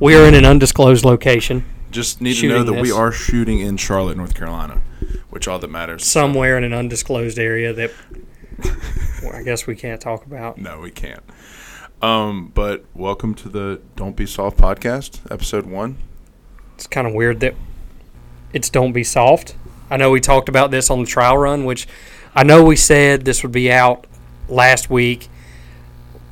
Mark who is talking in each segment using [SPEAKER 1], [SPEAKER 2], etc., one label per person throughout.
[SPEAKER 1] We are in an undisclosed location
[SPEAKER 2] Just need to
[SPEAKER 1] Shooting
[SPEAKER 2] know that we
[SPEAKER 1] this.
[SPEAKER 2] are shooting in Charlotte, North Carolina, which all that matters.
[SPEAKER 1] somewhere in an undisclosed area that well, I guess we can't talk about.
[SPEAKER 2] No, we can't. Um, but welcome to the Don't Be Soft podcast, episode one.
[SPEAKER 1] It's kind of weird that it's Don't Be Soft. I know we talked about this on the trial run, which I know we said this would be out last week.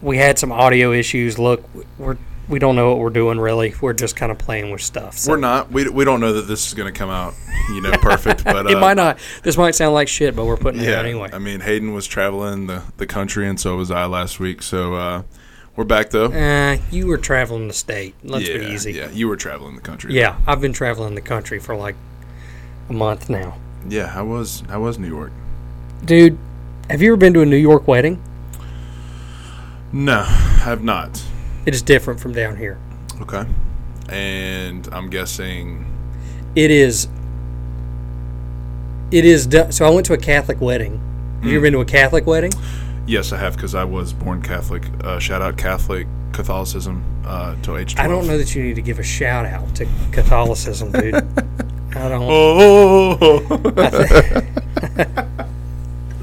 [SPEAKER 1] We had some audio issues. Look, we're we don't know what we're doing really. We're just kind of playing with stuff. So
[SPEAKER 2] We're not. We, we don't know that this is going to come out, you know, perfect. But uh,
[SPEAKER 1] it might not. This might sound like shit, but we're putting it
[SPEAKER 2] Yeah.
[SPEAKER 1] out anyway.
[SPEAKER 2] I mean, Hayden was traveling the, the country, and so was I last week. So uh, we're back though.
[SPEAKER 1] Uh, you were traveling the state. Let's
[SPEAKER 2] yeah,
[SPEAKER 1] be easy.
[SPEAKER 2] Yeah, you were traveling the country.
[SPEAKER 1] Yeah, I've been traveling the country for like a month now.
[SPEAKER 2] Yeah. How was how was New York?
[SPEAKER 1] Dude, have you ever been to a New York wedding?
[SPEAKER 2] No, I've not.
[SPEAKER 1] It is different from down here.
[SPEAKER 2] Okay. And I'm guessing.
[SPEAKER 1] It is. It is. du- So I went to a Catholic wedding. Have you ever been to a Catholic wedding?
[SPEAKER 2] Yes, I have because I was born Catholic. Uh, shout out Catholic Catholicism uh, till age
[SPEAKER 1] I
[SPEAKER 2] twelve.
[SPEAKER 1] don't know that you need to give a shout out to Catholicism, dude. I don't.
[SPEAKER 2] Oh.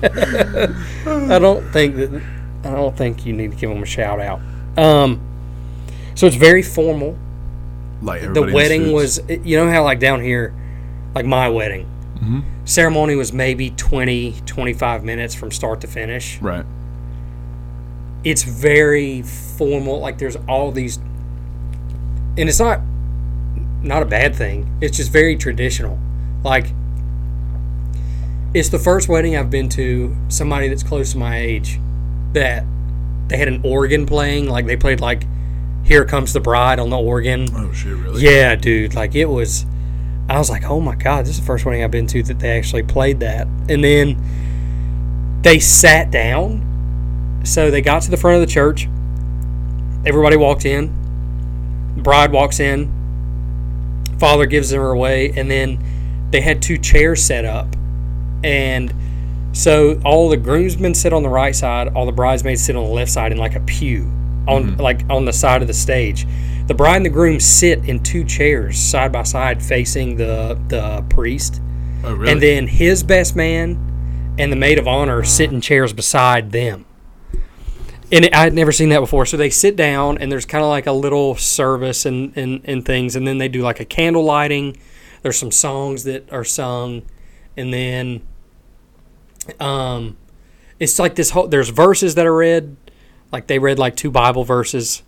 [SPEAKER 1] I don't think that I don't think you need to give them a shout out. Um, so it's very formal.
[SPEAKER 2] like
[SPEAKER 1] The
[SPEAKER 2] everybody in
[SPEAKER 1] wedding
[SPEAKER 2] suits.
[SPEAKER 1] was you know how like down here, like my wedding,
[SPEAKER 2] Mm-hmm.
[SPEAKER 1] ceremony was maybe 20, 25 minutes from start to finish.
[SPEAKER 2] right.
[SPEAKER 1] It's very formal. Like there's all these, and it's not not a bad thing. It's just very traditional. Like it's the first wedding I've been to somebody that's close to my age that they had an organ playing like they played like here comes the bride on the organ
[SPEAKER 2] Oh shit! Really?
[SPEAKER 1] yeah dude like it was i was like oh my god this is the first wedding i've been to that they actually played that and then they sat down so they got to the front of the church everybody walked in bride walks in father gives her away and then they had two chairs set up and so all the groomsmen sit on the right side, all the bridesmaids sit on the left side in like a pew on like on the side of the stage. The bride and the groom sit in two chairs side by side facing the the priest.
[SPEAKER 2] Oh really?
[SPEAKER 1] And then his best man and the maid of honor sit in chairs beside them. And I had never seen that before. So they sit down, and there's kind of like a little service and, and, and things. And then they do like a candle lighting. There's some songs that are sung. And then um, it's like this whole, there's verses that are read. Like they read like two Bible verses.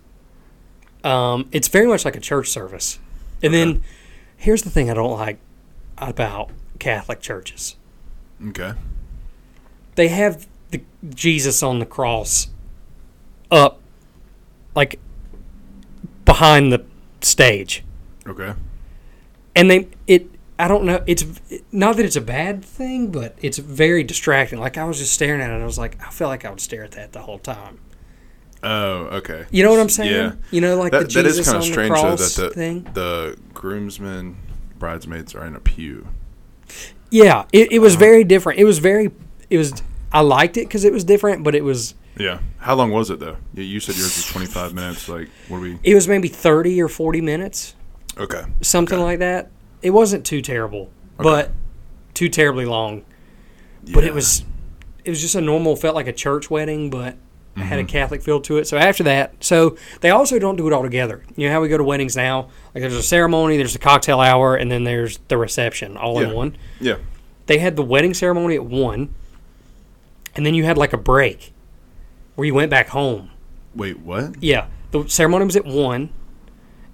[SPEAKER 1] Um, it's very much like a church service. And then here's the thing I don't like about Catholic churches.
[SPEAKER 2] okay.
[SPEAKER 1] They have the Jesus on the cross up like behind the stage.
[SPEAKER 2] Okay.
[SPEAKER 1] And they it I don't know, it's not that it's a bad thing, but it's very distracting. Like I was just staring at it and I was like I felt like I would stare at that the whole time.
[SPEAKER 2] Oh, okay.
[SPEAKER 1] You know what I'm saying?
[SPEAKER 2] Yeah.
[SPEAKER 1] You know like the
[SPEAKER 2] That, that
[SPEAKER 1] Jesus
[SPEAKER 2] is kind of
[SPEAKER 1] on
[SPEAKER 2] strange
[SPEAKER 1] the
[SPEAKER 2] though
[SPEAKER 1] cross
[SPEAKER 2] that the
[SPEAKER 1] thing.
[SPEAKER 2] the groomsmen bridesmaids are in a pew.
[SPEAKER 1] Yeah, it, it
[SPEAKER 2] Uh-huh.
[SPEAKER 1] was very different. It was very it was I liked it cuz it was different, but it was
[SPEAKER 2] Yeah. How long was it though? You, you said yours was 25 minutes. Like, what are we?
[SPEAKER 1] it was maybe 30 or 40 minutes.
[SPEAKER 2] Okay.
[SPEAKER 1] something like that. It wasn't too terrible, but too terribly long. But
[SPEAKER 2] Yeah.
[SPEAKER 1] it was it was just a normal felt like a church wedding, but it
[SPEAKER 2] Mm-hmm.
[SPEAKER 1] had a Catholic feel to it. So after that, so they also don't do it all together. You know how we go to weddings now? Like there's a ceremony, there's the cocktail hour, and then there's the reception all in
[SPEAKER 2] Yeah.
[SPEAKER 1] one.
[SPEAKER 2] Yeah.
[SPEAKER 1] They had the wedding ceremony at one, and then you had like a break where you went back home.
[SPEAKER 2] Wait, what?
[SPEAKER 1] Yeah, the ceremony was at one,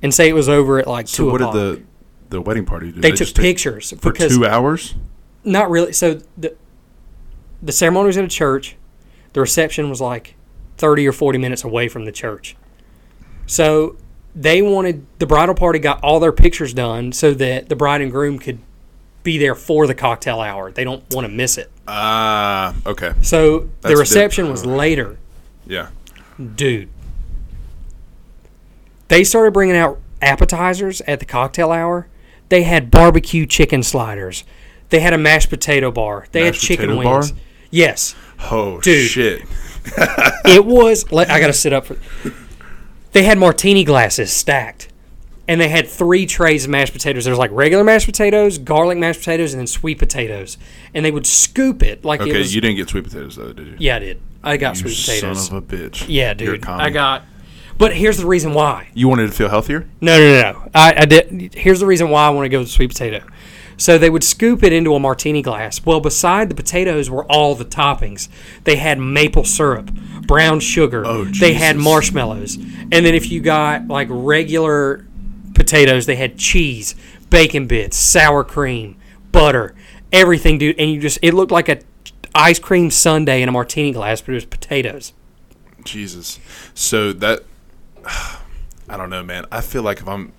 [SPEAKER 1] and say it was over at like
[SPEAKER 2] So
[SPEAKER 1] two
[SPEAKER 2] what
[SPEAKER 1] o'clock.
[SPEAKER 2] did the the wedding party do?
[SPEAKER 1] they,
[SPEAKER 2] just
[SPEAKER 1] took
[SPEAKER 2] take-
[SPEAKER 1] pictures
[SPEAKER 2] for
[SPEAKER 1] because
[SPEAKER 2] two hours.
[SPEAKER 1] not really. So the the ceremony was at a church. The reception was like thirty or forty minutes away from the church. So they wanted the bridal party got all their pictures done so that the bride and groom could be there for the cocktail hour. They don't want to miss it.
[SPEAKER 2] Ah, okay.
[SPEAKER 1] So the
[SPEAKER 2] That's
[SPEAKER 1] reception
[SPEAKER 2] different.
[SPEAKER 1] was later,
[SPEAKER 2] Yeah.
[SPEAKER 1] dude. They started bringing out appetizers at the cocktail hour. They had barbecue chicken sliders. They had a mashed potato bar. They
[SPEAKER 2] Mashed
[SPEAKER 1] had chicken
[SPEAKER 2] potato bar?
[SPEAKER 1] wings. Yes.
[SPEAKER 2] Oh
[SPEAKER 1] Dude.
[SPEAKER 2] shit.
[SPEAKER 1] it was. Let, I gotta sit up for. They had martini glasses stacked. and they had three trays of mashed potatoes. There's like regular mashed potatoes, garlic mashed potatoes, and then sweet potatoes. And they would scoop it like it
[SPEAKER 2] Okay,
[SPEAKER 1] was.
[SPEAKER 2] you didn't get sweet potatoes though, did you?
[SPEAKER 1] yeah, I did. I got
[SPEAKER 2] You
[SPEAKER 1] sweet potatoes.
[SPEAKER 2] son of a bitch.
[SPEAKER 1] yeah,
[SPEAKER 2] You're a
[SPEAKER 1] dude.
[SPEAKER 2] commie.
[SPEAKER 1] I got. But here's the reason why.
[SPEAKER 2] You wanted to feel healthier?
[SPEAKER 1] No, no, no, no. I, I did. Here's the reason why I want to go with sweet potato. So they would scoop it into a martini glass. Well, beside the potatoes were all the toppings. They had maple syrup, brown sugar.
[SPEAKER 2] Oh,
[SPEAKER 1] they had
[SPEAKER 2] Jesus.
[SPEAKER 1] marshmallows, and then if you got like regular potatoes, they had cheese, bacon bits, sour cream, butter, everything, dude. And you just it looked like a ice cream sundae in a martini glass, but it was potatoes.
[SPEAKER 2] Jesus. So that I don't know, man. I feel like if I'm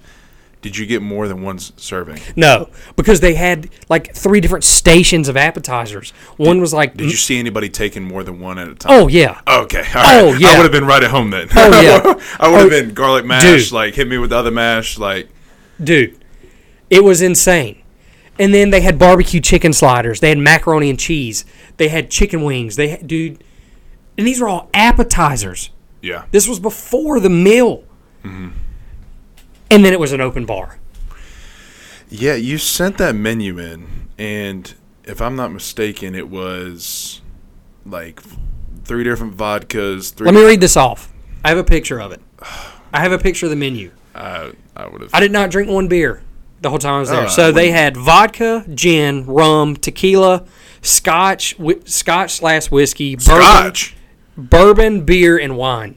[SPEAKER 2] did you get more than one s- serving?
[SPEAKER 1] No, because they had like three different stations of appetizers. One was like,
[SPEAKER 2] Did you see anybody taking more than one at a time?
[SPEAKER 1] Hmm? oh yeah,
[SPEAKER 2] Okay. All right.
[SPEAKER 1] Oh, yeah.
[SPEAKER 2] I would have been right at home then.
[SPEAKER 1] Oh, yeah.
[SPEAKER 2] I would have
[SPEAKER 1] Oh,
[SPEAKER 2] been garlic mash,
[SPEAKER 1] dude.
[SPEAKER 2] like hit me with the other mash, like
[SPEAKER 1] dude, it was insane. And then they had barbecue chicken sliders. They had macaroni and cheese. They had chicken wings. They had, dude, and these were all appetizers.
[SPEAKER 2] yeah.
[SPEAKER 1] This was before the meal.
[SPEAKER 2] Mm-hmm.
[SPEAKER 1] And then it was an open bar.
[SPEAKER 2] Yeah, you sent that menu in, and if I'm not mistaken, it was like three different vodkas. Three.
[SPEAKER 1] Let me read this off. I have a picture of it. I have a picture of the menu.
[SPEAKER 2] I, I would have.
[SPEAKER 1] I did not drink one beer the whole time I was there.
[SPEAKER 2] Oh,
[SPEAKER 1] so
[SPEAKER 2] I
[SPEAKER 1] they had vodka, gin, rum, tequila, scotch, whi scotch slash whiskey, bourbon,
[SPEAKER 2] Scotch.
[SPEAKER 1] bourbon, beer, and wine.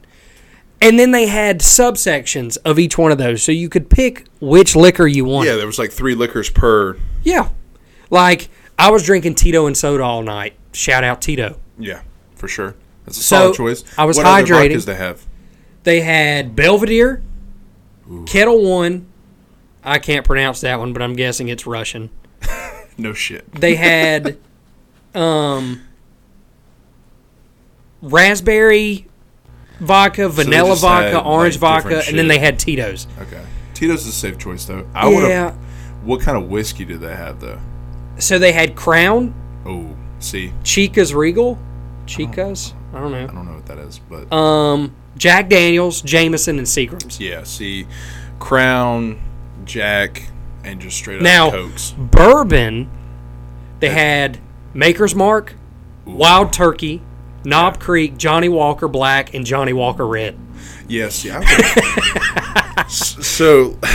[SPEAKER 1] And then they had subsections of each one of those, so you could pick which liquor you
[SPEAKER 2] Yeah,
[SPEAKER 1] wanted.
[SPEAKER 2] there was like three liquors per.
[SPEAKER 1] Yeah. Like I was drinking Tito and soda all night. Shout out Tito.
[SPEAKER 2] Yeah, for sure. That's a
[SPEAKER 1] So,
[SPEAKER 2] solid choice.
[SPEAKER 1] I was
[SPEAKER 2] what other
[SPEAKER 1] hydrating.
[SPEAKER 2] vodkas they have?
[SPEAKER 1] They had Belvedere, Kettle One. I can't pronounce that one, but I'm guessing it's Russian.
[SPEAKER 2] No shit.
[SPEAKER 1] They had um, raspberry vodka, vanilla
[SPEAKER 2] just
[SPEAKER 1] vodka,
[SPEAKER 2] had,
[SPEAKER 1] orange
[SPEAKER 2] like,
[SPEAKER 1] vodka,
[SPEAKER 2] different
[SPEAKER 1] and then
[SPEAKER 2] shit.
[SPEAKER 1] they had Tito's.
[SPEAKER 2] Okay. Tito's is a safe choice though. I would
[SPEAKER 1] Yeah.
[SPEAKER 2] have. What kind of whiskey did they have though?
[SPEAKER 1] So they had Crown,
[SPEAKER 2] Oh, see,
[SPEAKER 1] Chica's Regal, Chica's, I don't
[SPEAKER 2] I
[SPEAKER 1] know.
[SPEAKER 2] don't know what that is, but
[SPEAKER 1] Um, Jack Daniels, Jameson, and Seagrams.
[SPEAKER 2] yeah, see, Crown, Jack, and just straight up
[SPEAKER 1] Now-
[SPEAKER 2] Cokes.
[SPEAKER 1] Bourbon, they had Maker's Mark, Wild Turkey, Knob Creek, Johnny Walker Black, and Johnny Walker Red.
[SPEAKER 2] Yes, yeah. I would've- S- so,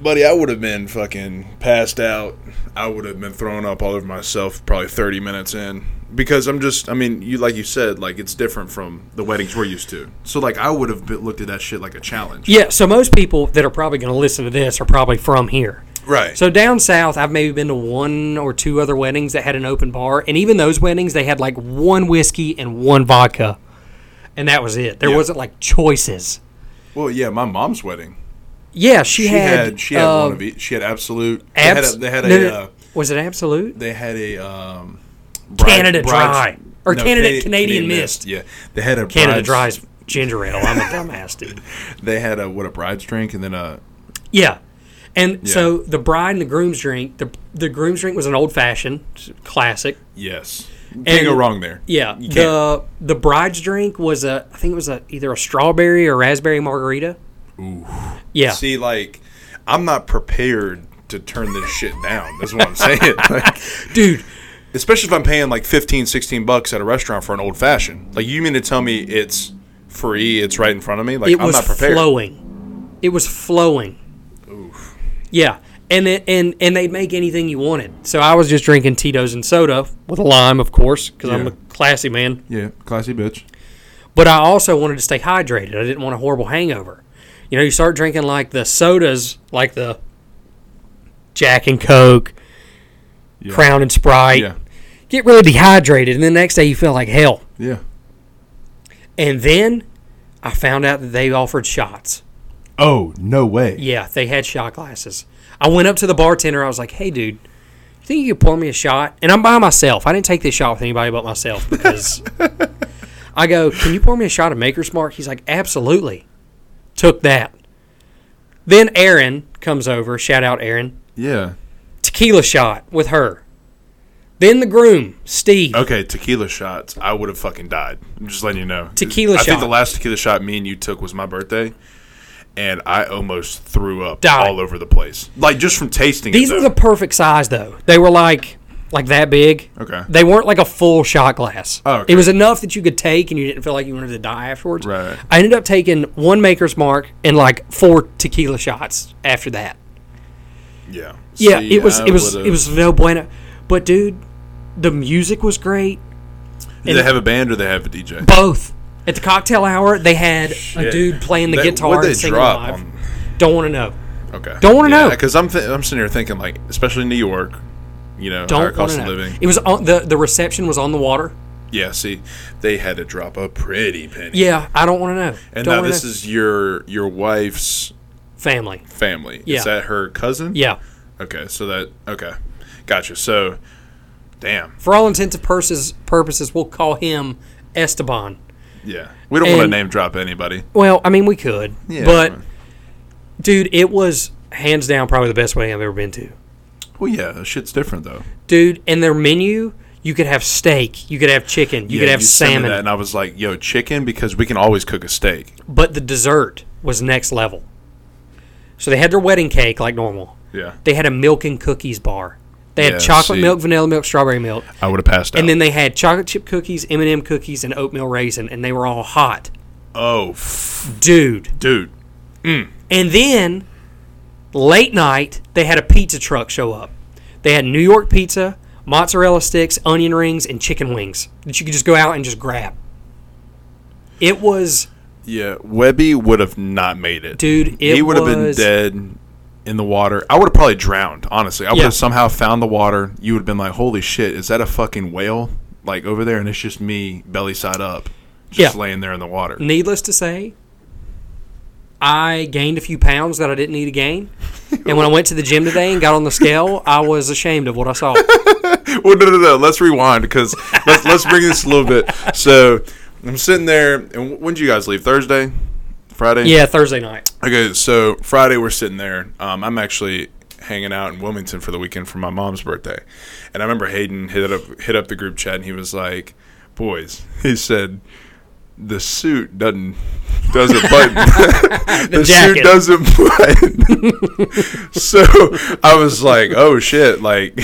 [SPEAKER 2] buddy, I would have been fucking passed out. I would have been throwing up all over myself probably 30 minutes in because I'm just, I mean, you like you said, like it's different from the weddings we're used to. So, like, I would have been- looked at that shit like a challenge.
[SPEAKER 1] Yeah, so most people that are probably going to listen to this are probably from here.
[SPEAKER 2] Right.
[SPEAKER 1] So down south, I've maybe been to one or two other weddings that had an open bar, and even those weddings, they had like one whiskey and one vodka, and that was it. There
[SPEAKER 2] Yeah.
[SPEAKER 1] wasn't like choices.
[SPEAKER 2] well, yeah, my mom's wedding.
[SPEAKER 1] Yeah, she,
[SPEAKER 2] She
[SPEAKER 1] had,
[SPEAKER 2] had, she had
[SPEAKER 1] uh,
[SPEAKER 2] one of each. She had absolute.
[SPEAKER 1] abs-
[SPEAKER 2] they had a,
[SPEAKER 1] no,
[SPEAKER 2] they had a,
[SPEAKER 1] no,
[SPEAKER 2] uh,
[SPEAKER 1] was it absolute?
[SPEAKER 2] they had a um,
[SPEAKER 1] Canada Dry. Or Canada-
[SPEAKER 2] Cana-
[SPEAKER 1] Canadian Mist.
[SPEAKER 2] Yeah, they had a
[SPEAKER 1] Canada
[SPEAKER 2] bride's-
[SPEAKER 1] Dry's ginger ale. I'm a dumbass dude.
[SPEAKER 2] They had a what a bride's drink and then a
[SPEAKER 1] Yeah, and so the bride and the groom's drink. The the groom's drink was an old fashioned classic.
[SPEAKER 2] yes. Can't go wrong there.
[SPEAKER 1] Yeah,
[SPEAKER 2] You
[SPEAKER 1] the the bride's drink was a I think it was a either a strawberry or raspberry margarita. Ooh. Yeah.
[SPEAKER 2] See, like I'm not prepared to turn this shit down. That's what I'm saying. Like,
[SPEAKER 1] dude
[SPEAKER 2] especially if I'm paying like 15, 16 bucks at a restaurant for an old fashioned. Like you mean to tell me it's free? It's right in front of me. Like
[SPEAKER 1] it
[SPEAKER 2] I'm
[SPEAKER 1] was
[SPEAKER 2] not prepared.
[SPEAKER 1] flowing it was flowing yeah and it, and and they'd make anything you wanted so i was just drinking tito's and soda with a lime of course because i'm a
[SPEAKER 2] Yeah.
[SPEAKER 1] classy man
[SPEAKER 2] Yeah, classy bitch.
[SPEAKER 1] but i also wanted to stay hydrated i didn't want a horrible hangover you know you start drinking like the sodas like the jack and coke
[SPEAKER 2] Yeah.
[SPEAKER 1] crown and sprite
[SPEAKER 2] Yeah,
[SPEAKER 1] get really dehydrated and the next day you feel like hell
[SPEAKER 2] yeah.
[SPEAKER 1] and then i found out that they offered shots
[SPEAKER 2] Oh no way.
[SPEAKER 1] Yeah, they had shot glasses. I went up to the bartender. I was like, "Hey, dude, you think you could pour me a shot?" And I'm by myself. I didn't take this shot with anybody but myself because I go, "Can you pour me a shot of Maker's Mark?" He's like, "Absolutely." Took that. Then Aaron comes over. Shout out Aaron.
[SPEAKER 2] Yeah.
[SPEAKER 1] Tequila shot with her. Then the groom, Steve.
[SPEAKER 2] Okay, tequila shots. I would have fucking died. I'm just letting you know.
[SPEAKER 1] Tequila
[SPEAKER 2] I think
[SPEAKER 1] shot.
[SPEAKER 2] the last tequila shot me and you took was my birthday, and I almost threw up
[SPEAKER 1] Died.
[SPEAKER 2] all over the place, like just from tasting.
[SPEAKER 1] These
[SPEAKER 2] it,
[SPEAKER 1] were
[SPEAKER 2] though.
[SPEAKER 1] the perfect size though. They were like like that big.
[SPEAKER 2] Okay.
[SPEAKER 1] They weren't like a full shot glass.
[SPEAKER 2] Oh, okay.
[SPEAKER 1] It was enough that you could take and you didn't feel like you wanted to die afterwards.
[SPEAKER 2] Right.
[SPEAKER 1] I ended up taking one maker's mark and like four tequila shots after that.
[SPEAKER 2] yeah,
[SPEAKER 1] Yeah,
[SPEAKER 2] See,
[SPEAKER 1] it was
[SPEAKER 2] I
[SPEAKER 1] it was
[SPEAKER 2] would've-
[SPEAKER 1] it was no bueno. But dude, the music was great.
[SPEAKER 2] Do they have a band or they have a DJ?
[SPEAKER 1] Both. At the cocktail hour, they had a
[SPEAKER 2] Shit.
[SPEAKER 1] dude playing the
[SPEAKER 2] That-
[SPEAKER 1] guitar
[SPEAKER 2] what'd
[SPEAKER 1] and
[SPEAKER 2] they
[SPEAKER 1] singing
[SPEAKER 2] drop
[SPEAKER 1] live.
[SPEAKER 2] on-
[SPEAKER 1] Don't want to know.
[SPEAKER 2] Okay,
[SPEAKER 1] Don't wanna know.
[SPEAKER 2] because I'm th- I'm sitting here thinking like, especially in New York, you know, higher
[SPEAKER 1] Don't want
[SPEAKER 2] cost
[SPEAKER 1] to
[SPEAKER 2] of
[SPEAKER 1] know.
[SPEAKER 2] living.
[SPEAKER 1] It was on the the reception was on the water.
[SPEAKER 2] Yeah, see, they had to drop a pretty penny.
[SPEAKER 1] Yeah, I don't want to know.
[SPEAKER 2] and
[SPEAKER 1] don't
[SPEAKER 2] now
[SPEAKER 1] wanna
[SPEAKER 2] this
[SPEAKER 1] know.
[SPEAKER 2] is your your wife's
[SPEAKER 1] family.
[SPEAKER 2] family.
[SPEAKER 1] Yeah.
[SPEAKER 2] Is that her cousin?
[SPEAKER 1] Yeah.
[SPEAKER 2] Okay, so that okay, gotcha. So, damn,
[SPEAKER 1] For all intents and purposes, purposes, we'll call him Esteban.
[SPEAKER 2] yeah, we don't want to
[SPEAKER 1] And-
[SPEAKER 2] name drop anybody.
[SPEAKER 1] Well, I mean, we could,
[SPEAKER 2] Yeah,
[SPEAKER 1] but
[SPEAKER 2] well.
[SPEAKER 1] dude, it was hands down probably the best wedding I've ever been to.
[SPEAKER 2] Well, yeah, shit's different though.
[SPEAKER 1] Dude, and their menu, you could have steak, you could have chicken, you could
[SPEAKER 2] Yeah,
[SPEAKER 1] have
[SPEAKER 2] you sent me
[SPEAKER 1] salmon,
[SPEAKER 2] that, and I was like, "Yo, chicken," because we can always cook a steak.
[SPEAKER 1] but the dessert was next level. So they had their wedding cake like normal.
[SPEAKER 2] Yeah,
[SPEAKER 1] They had a milk and cookies bar. They had
[SPEAKER 2] Yeah,
[SPEAKER 1] chocolate
[SPEAKER 2] see. Oh.
[SPEAKER 1] milk, vanilla milk, strawberry milk,
[SPEAKER 2] I would have passed out.
[SPEAKER 1] and then they had chocolate chip cookies, M and m cookies, and oatmeal raisin, and they were all hot,
[SPEAKER 2] oh, f-
[SPEAKER 1] dude.
[SPEAKER 2] dude,
[SPEAKER 1] And then late night, they had a pizza truck show up. They had New York pizza, mozzarella sticks, onion rings, and chicken wings that you could just go out and just grab. It was,
[SPEAKER 2] yeah, Webby would have not made it,
[SPEAKER 1] dude. It
[SPEAKER 2] he would have been
[SPEAKER 1] was-
[SPEAKER 2] dead in the water. I would have probably drowned. Honestly, I would
[SPEAKER 1] Yeah.
[SPEAKER 2] have somehow found the water. You would have been like, "Holy shit, is that a fucking whale?" Like over there, and it's just me belly side up, just
[SPEAKER 1] Yeah.
[SPEAKER 2] laying there in the water.
[SPEAKER 1] Needless to say, I gained a few pounds that I didn't need to gain. And when I went to the gym today and got on the scale, I was ashamed of what I saw.
[SPEAKER 2] Well, no, no, no. Let's rewind because let's let's bring this a little bit. So I'm sitting there, and when did you guys leave? Thursday, Friday.
[SPEAKER 1] Yeah, Thursday night.
[SPEAKER 2] Okay, so Friday we're sitting there. Um, I'm actually hanging out in Wilmington for the weekend for my mom's birthday, and I remember Hayden hit up hit up the group chat, and he was like, "Boys," he said, "the suit doesn't doesn't button. the
[SPEAKER 1] jacket.
[SPEAKER 2] suit doesn't button." so I was like, "Oh shit!" Like,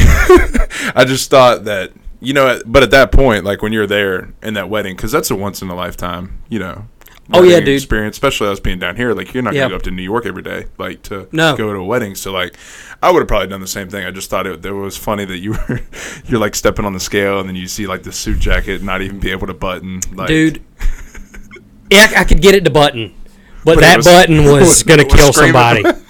[SPEAKER 2] I just thought that you know, but at that point, like when you're there in that wedding, because that's a once in a lifetime, you know.
[SPEAKER 1] Oh, yeah,
[SPEAKER 2] wedding
[SPEAKER 1] dude.
[SPEAKER 2] experience, especially us being down here. Like you're not
[SPEAKER 1] Yeah.
[SPEAKER 2] gonna go up to New York every day, like to
[SPEAKER 1] No.
[SPEAKER 2] go to a wedding. So like, I would have probably done the same thing. I just thought it, it was funny that you were you're like stepping on the scale and then you see like the suit jacket not even be able to button. Like,
[SPEAKER 1] Dude, yeah, I could get it to button, but,
[SPEAKER 2] it
[SPEAKER 1] that
[SPEAKER 2] was-
[SPEAKER 1] button was,
[SPEAKER 2] was-
[SPEAKER 1] going to
[SPEAKER 2] was
[SPEAKER 1] kill somebody.
[SPEAKER 2] screaming.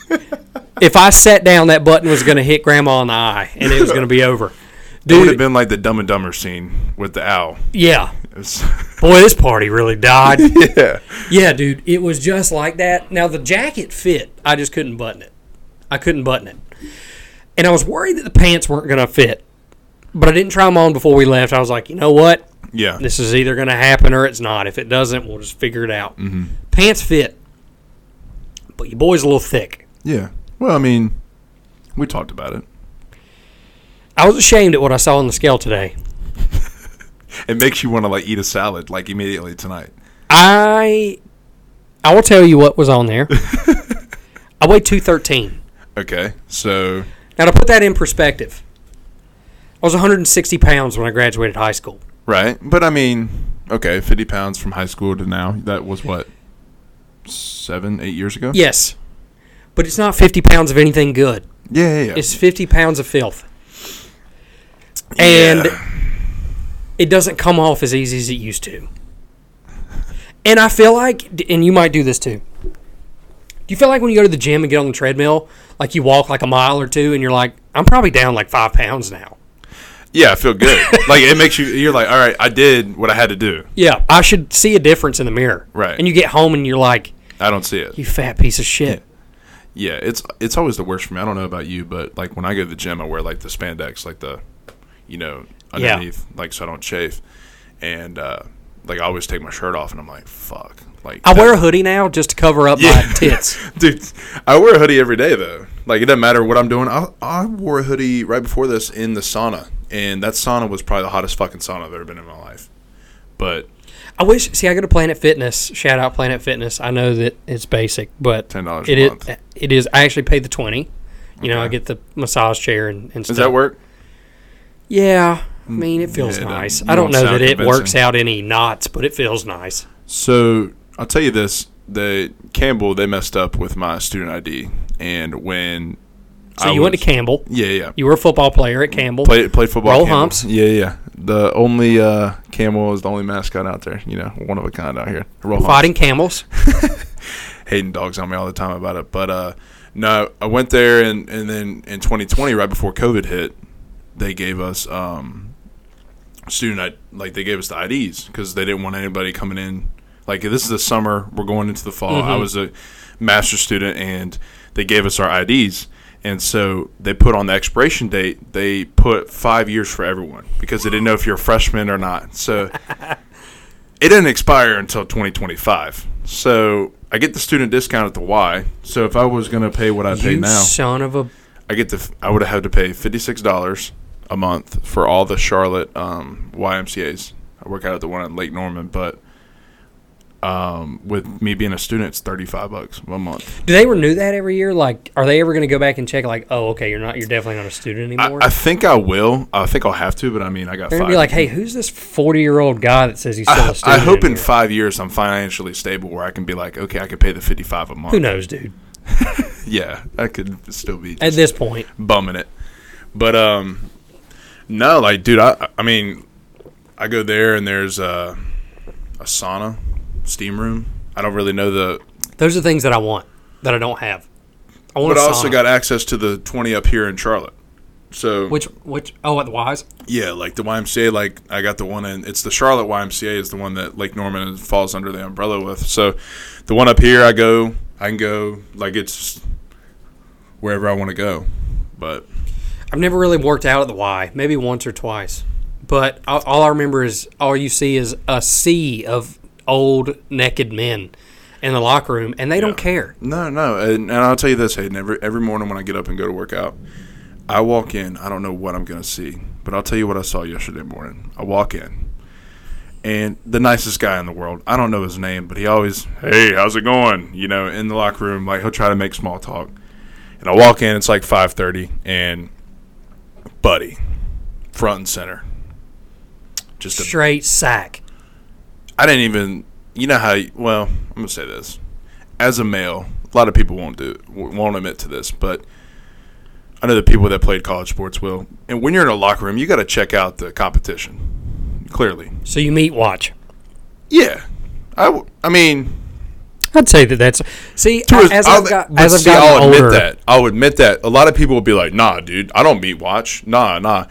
[SPEAKER 1] if I sat down, that button was going to hit grandma in the eye, and it was going to be over.
[SPEAKER 2] it would
[SPEAKER 1] Dude,
[SPEAKER 2] have been like the Dumb and Dumber scene with the owl.
[SPEAKER 1] yeah.
[SPEAKER 2] It was-
[SPEAKER 1] Boy, this party really died.
[SPEAKER 2] yeah,
[SPEAKER 1] yeah, dude, it was just like that. Now, the jacket fit. I just couldn't button it. I couldn't button it. And I was worried that the pants weren't going to fit. But I didn't try them on before we left. I was like, you know what?
[SPEAKER 2] yeah.
[SPEAKER 1] this is either going to happen or it's not. If it doesn't, we'll just figure it out. Pants fit, but your boy's a little thick.
[SPEAKER 2] Yeah. Well, I mean, we talked about it.
[SPEAKER 1] I was ashamed at what I saw on the scale today.
[SPEAKER 2] It makes you want to like eat a salad like immediately tonight.
[SPEAKER 1] I I will tell you what was on there. I weighed two thirteen.
[SPEAKER 2] Okay, so
[SPEAKER 1] Now to put that in perspective, I was 160 pounds when I graduated high school.
[SPEAKER 2] right, but I mean, okay, fifty pounds from high school to now. That was what seven, eight years ago.
[SPEAKER 1] Yes, but it's not 50 pounds of anything good.
[SPEAKER 2] yeah, yeah. yeah.
[SPEAKER 1] It's 50 pounds of filth, and
[SPEAKER 2] Yeah.
[SPEAKER 1] it doesn't come off as easy as it used to. And I feel like, and you might do this too. Do you feel like when you go to the gym and get on the treadmill, like you walk like a mile or two, and you're like, I'm probably down like five pounds now.
[SPEAKER 2] Yeah, I feel good. like it makes you. You're like, all right, I did what I had to do.
[SPEAKER 1] Yeah, I should see a difference in the mirror.
[SPEAKER 2] Right.
[SPEAKER 1] And you get home and you're like,
[SPEAKER 2] I don't see it.
[SPEAKER 1] you fat piece of shit.
[SPEAKER 2] Yeah, it's it's always the worst for me. I don't know about you, but like when I go to the gym, I wear like the spandex, like the, you know,
[SPEAKER 1] Yeah.
[SPEAKER 2] underneath, like so I don't chafe, and uh like I always take my shirt off, and I'm like, fuck, like
[SPEAKER 1] I wear a hoodie now just to cover up my tits.
[SPEAKER 2] dude. I wear a hoodie every day though. Like it doesn't matter what I'm doing. I I wore a hoodie right before this in the sauna, and that sauna was probably the hottest fucking sauna I've ever been in my life. But
[SPEAKER 1] I wish. See, I go to Planet Fitness. Shout out Planet Fitness. I know that it's basic, but
[SPEAKER 2] $10 a
[SPEAKER 1] it is-
[SPEAKER 2] month.
[SPEAKER 1] it is. I actually paid the twenty. You know,
[SPEAKER 2] Okay.
[SPEAKER 1] I get the massage chair and, and stuff.
[SPEAKER 2] Does that work?
[SPEAKER 1] Yeah, I mean, it feels
[SPEAKER 2] Mm, yeah, it
[SPEAKER 1] nice.
[SPEAKER 2] don't-
[SPEAKER 1] I
[SPEAKER 2] you
[SPEAKER 1] don't
[SPEAKER 2] don't
[SPEAKER 1] know that
[SPEAKER 2] sound
[SPEAKER 1] it works
[SPEAKER 2] convincing.
[SPEAKER 1] out any knots, but it feels nice.
[SPEAKER 2] So I'll tell you this: the Campbell they messed up with my student ID, and when
[SPEAKER 1] So
[SPEAKER 2] I
[SPEAKER 1] you went to
[SPEAKER 2] was-
[SPEAKER 1] Campbell.
[SPEAKER 2] yeah yeah
[SPEAKER 1] You were a football player at Campbell.
[SPEAKER 2] played played football
[SPEAKER 1] Roll
[SPEAKER 2] at Campbell.
[SPEAKER 1] humps.
[SPEAKER 2] yeah yeah the only uh, Campbell is the only mascot out there you know one of a kind out here roll humps.
[SPEAKER 1] Fighting camels.
[SPEAKER 2] hating dogs on me all the time about it. But uh, no, I went there, and, and then in 2020, right before COVID hit, they gave us um, student I- like they gave us the IDs because they didn't want anybody coming in. Like this is the summer, we're going into the fall. I was a master's student, and they gave us our IDs. And so they put on the expiration date. They put five years for everyone because they didn't know if you're a freshman or not. So it didn't expire until 2025. So I get the student discount at the Y. So if I was going to pay what I pay
[SPEAKER 1] You
[SPEAKER 2] now,
[SPEAKER 1] son of a.
[SPEAKER 2] I get the I would have had to pay fifty six dollars a month for all the Charlotte um, YMCA's. I work out at the one at Lake Norman, but um, with me being a student, it's thirty five bucks a month.
[SPEAKER 1] Do they renew that every year? Like, are they ever going to go back and check? Like, oh, okay, you're not. You're definitely not a student
[SPEAKER 2] I,
[SPEAKER 1] anymore.
[SPEAKER 2] I think I will. I think I'll have to, but I mean, I got.
[SPEAKER 1] They're
[SPEAKER 2] five
[SPEAKER 1] gonna be like, hey, who's this forty-year-old guy that says he's still a
[SPEAKER 2] I, I
[SPEAKER 1] student?
[SPEAKER 2] hope in
[SPEAKER 1] here?
[SPEAKER 2] five years I'm financially stable where I can be like, okay, I could pay the fifty five a month.
[SPEAKER 1] Who knows, dude?
[SPEAKER 2] Yeah, I could still be
[SPEAKER 1] At this point,
[SPEAKER 2] bumming it. But um, no, like, dude, I I mean, I go there and there's a, a sauna, steam room. I don't really know the,
[SPEAKER 1] those are things that I want that I don't have. I want
[SPEAKER 2] but
[SPEAKER 1] a
[SPEAKER 2] I also
[SPEAKER 1] sauna.
[SPEAKER 2] got access to the twenty up here in Charlotte. So
[SPEAKER 1] which which oh at the Wise.
[SPEAKER 2] yeah, like the YMCA, like I got the one in. It's the Charlotte YMCA is the one that Lake Norman falls under the umbrella with. So the one up here, I go, I can go like it's wherever I want to go. But
[SPEAKER 1] I've never really worked out at the Y, maybe once or twice. But all, all I remember is all you see is a sea of old naked men in the locker room, and they don't care.
[SPEAKER 2] No, no, and, and I'll tell you this, Hayden. Every every morning when I get up and go to work out, I walk in. I don't know what I'm gonna see, but I'll tell you what I saw yesterday morning. I walk in, and the nicest guy in the world. I don't know his name, but he always, hey, how's it going? You know, in the locker room, like he'll try to make small talk. And I walk in. It's like five thirty, and buddy, front and center, just a
[SPEAKER 1] Straight sack.
[SPEAKER 2] I didn't even. You know how? Well, I'm gonna say this. As a male, a lot of people won't do, won't admit to this, but I know the people that played college sports will. And when you're in a locker room, you got to check out the competition. Clearly,
[SPEAKER 1] So you meet watch.
[SPEAKER 2] yeah. I, w- I mean,
[SPEAKER 1] I'd say that that's see I- as
[SPEAKER 2] I'll-
[SPEAKER 1] I've got
[SPEAKER 2] but
[SPEAKER 1] as I've
[SPEAKER 2] see,
[SPEAKER 1] gotten
[SPEAKER 2] I'll
[SPEAKER 1] older.
[SPEAKER 2] admit that. I'll admit that. A lot of people will be like, "Nah, dude, I don't meet watch. Nah, nah,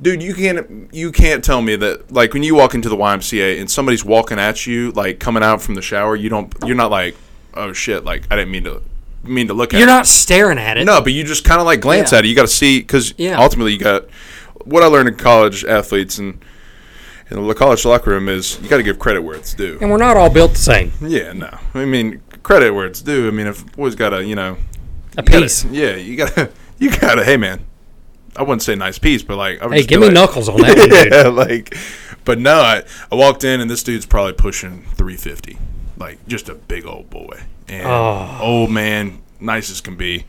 [SPEAKER 2] dude, you can't you can't tell me that. Like when you walk into the YMCA and somebody's walking at you, like coming out from the shower, you don't. You're not like, oh shit, like I didn't mean to mean to look at.
[SPEAKER 1] You're
[SPEAKER 2] you."
[SPEAKER 1] not staring at it.
[SPEAKER 2] No, but you just kind of like glance
[SPEAKER 1] Yeah.
[SPEAKER 2] at it. You got to see because
[SPEAKER 1] Yeah.
[SPEAKER 2] ultimately you got what I learned in college athletes and. In the college locker room is you got to give credit where it's due.
[SPEAKER 1] And we're not all built the same.
[SPEAKER 2] Yeah, no. I mean, credit where it's due. I mean, if boys got to, you
[SPEAKER 1] A
[SPEAKER 2] know, you gotta-
[SPEAKER 1] piece.
[SPEAKER 2] yeah, you gotta, you gotta. Hey, man, I wouldn't say nice piece, but like, I would
[SPEAKER 1] Hey,
[SPEAKER 2] just be
[SPEAKER 1] give me
[SPEAKER 2] like-
[SPEAKER 1] knuckles on that one, dude.
[SPEAKER 2] Yeah, like, but no, I, I walked in and this dude's probably pushing 350, like just a big old boy, and
[SPEAKER 1] Oh.
[SPEAKER 2] old man, nice as can be,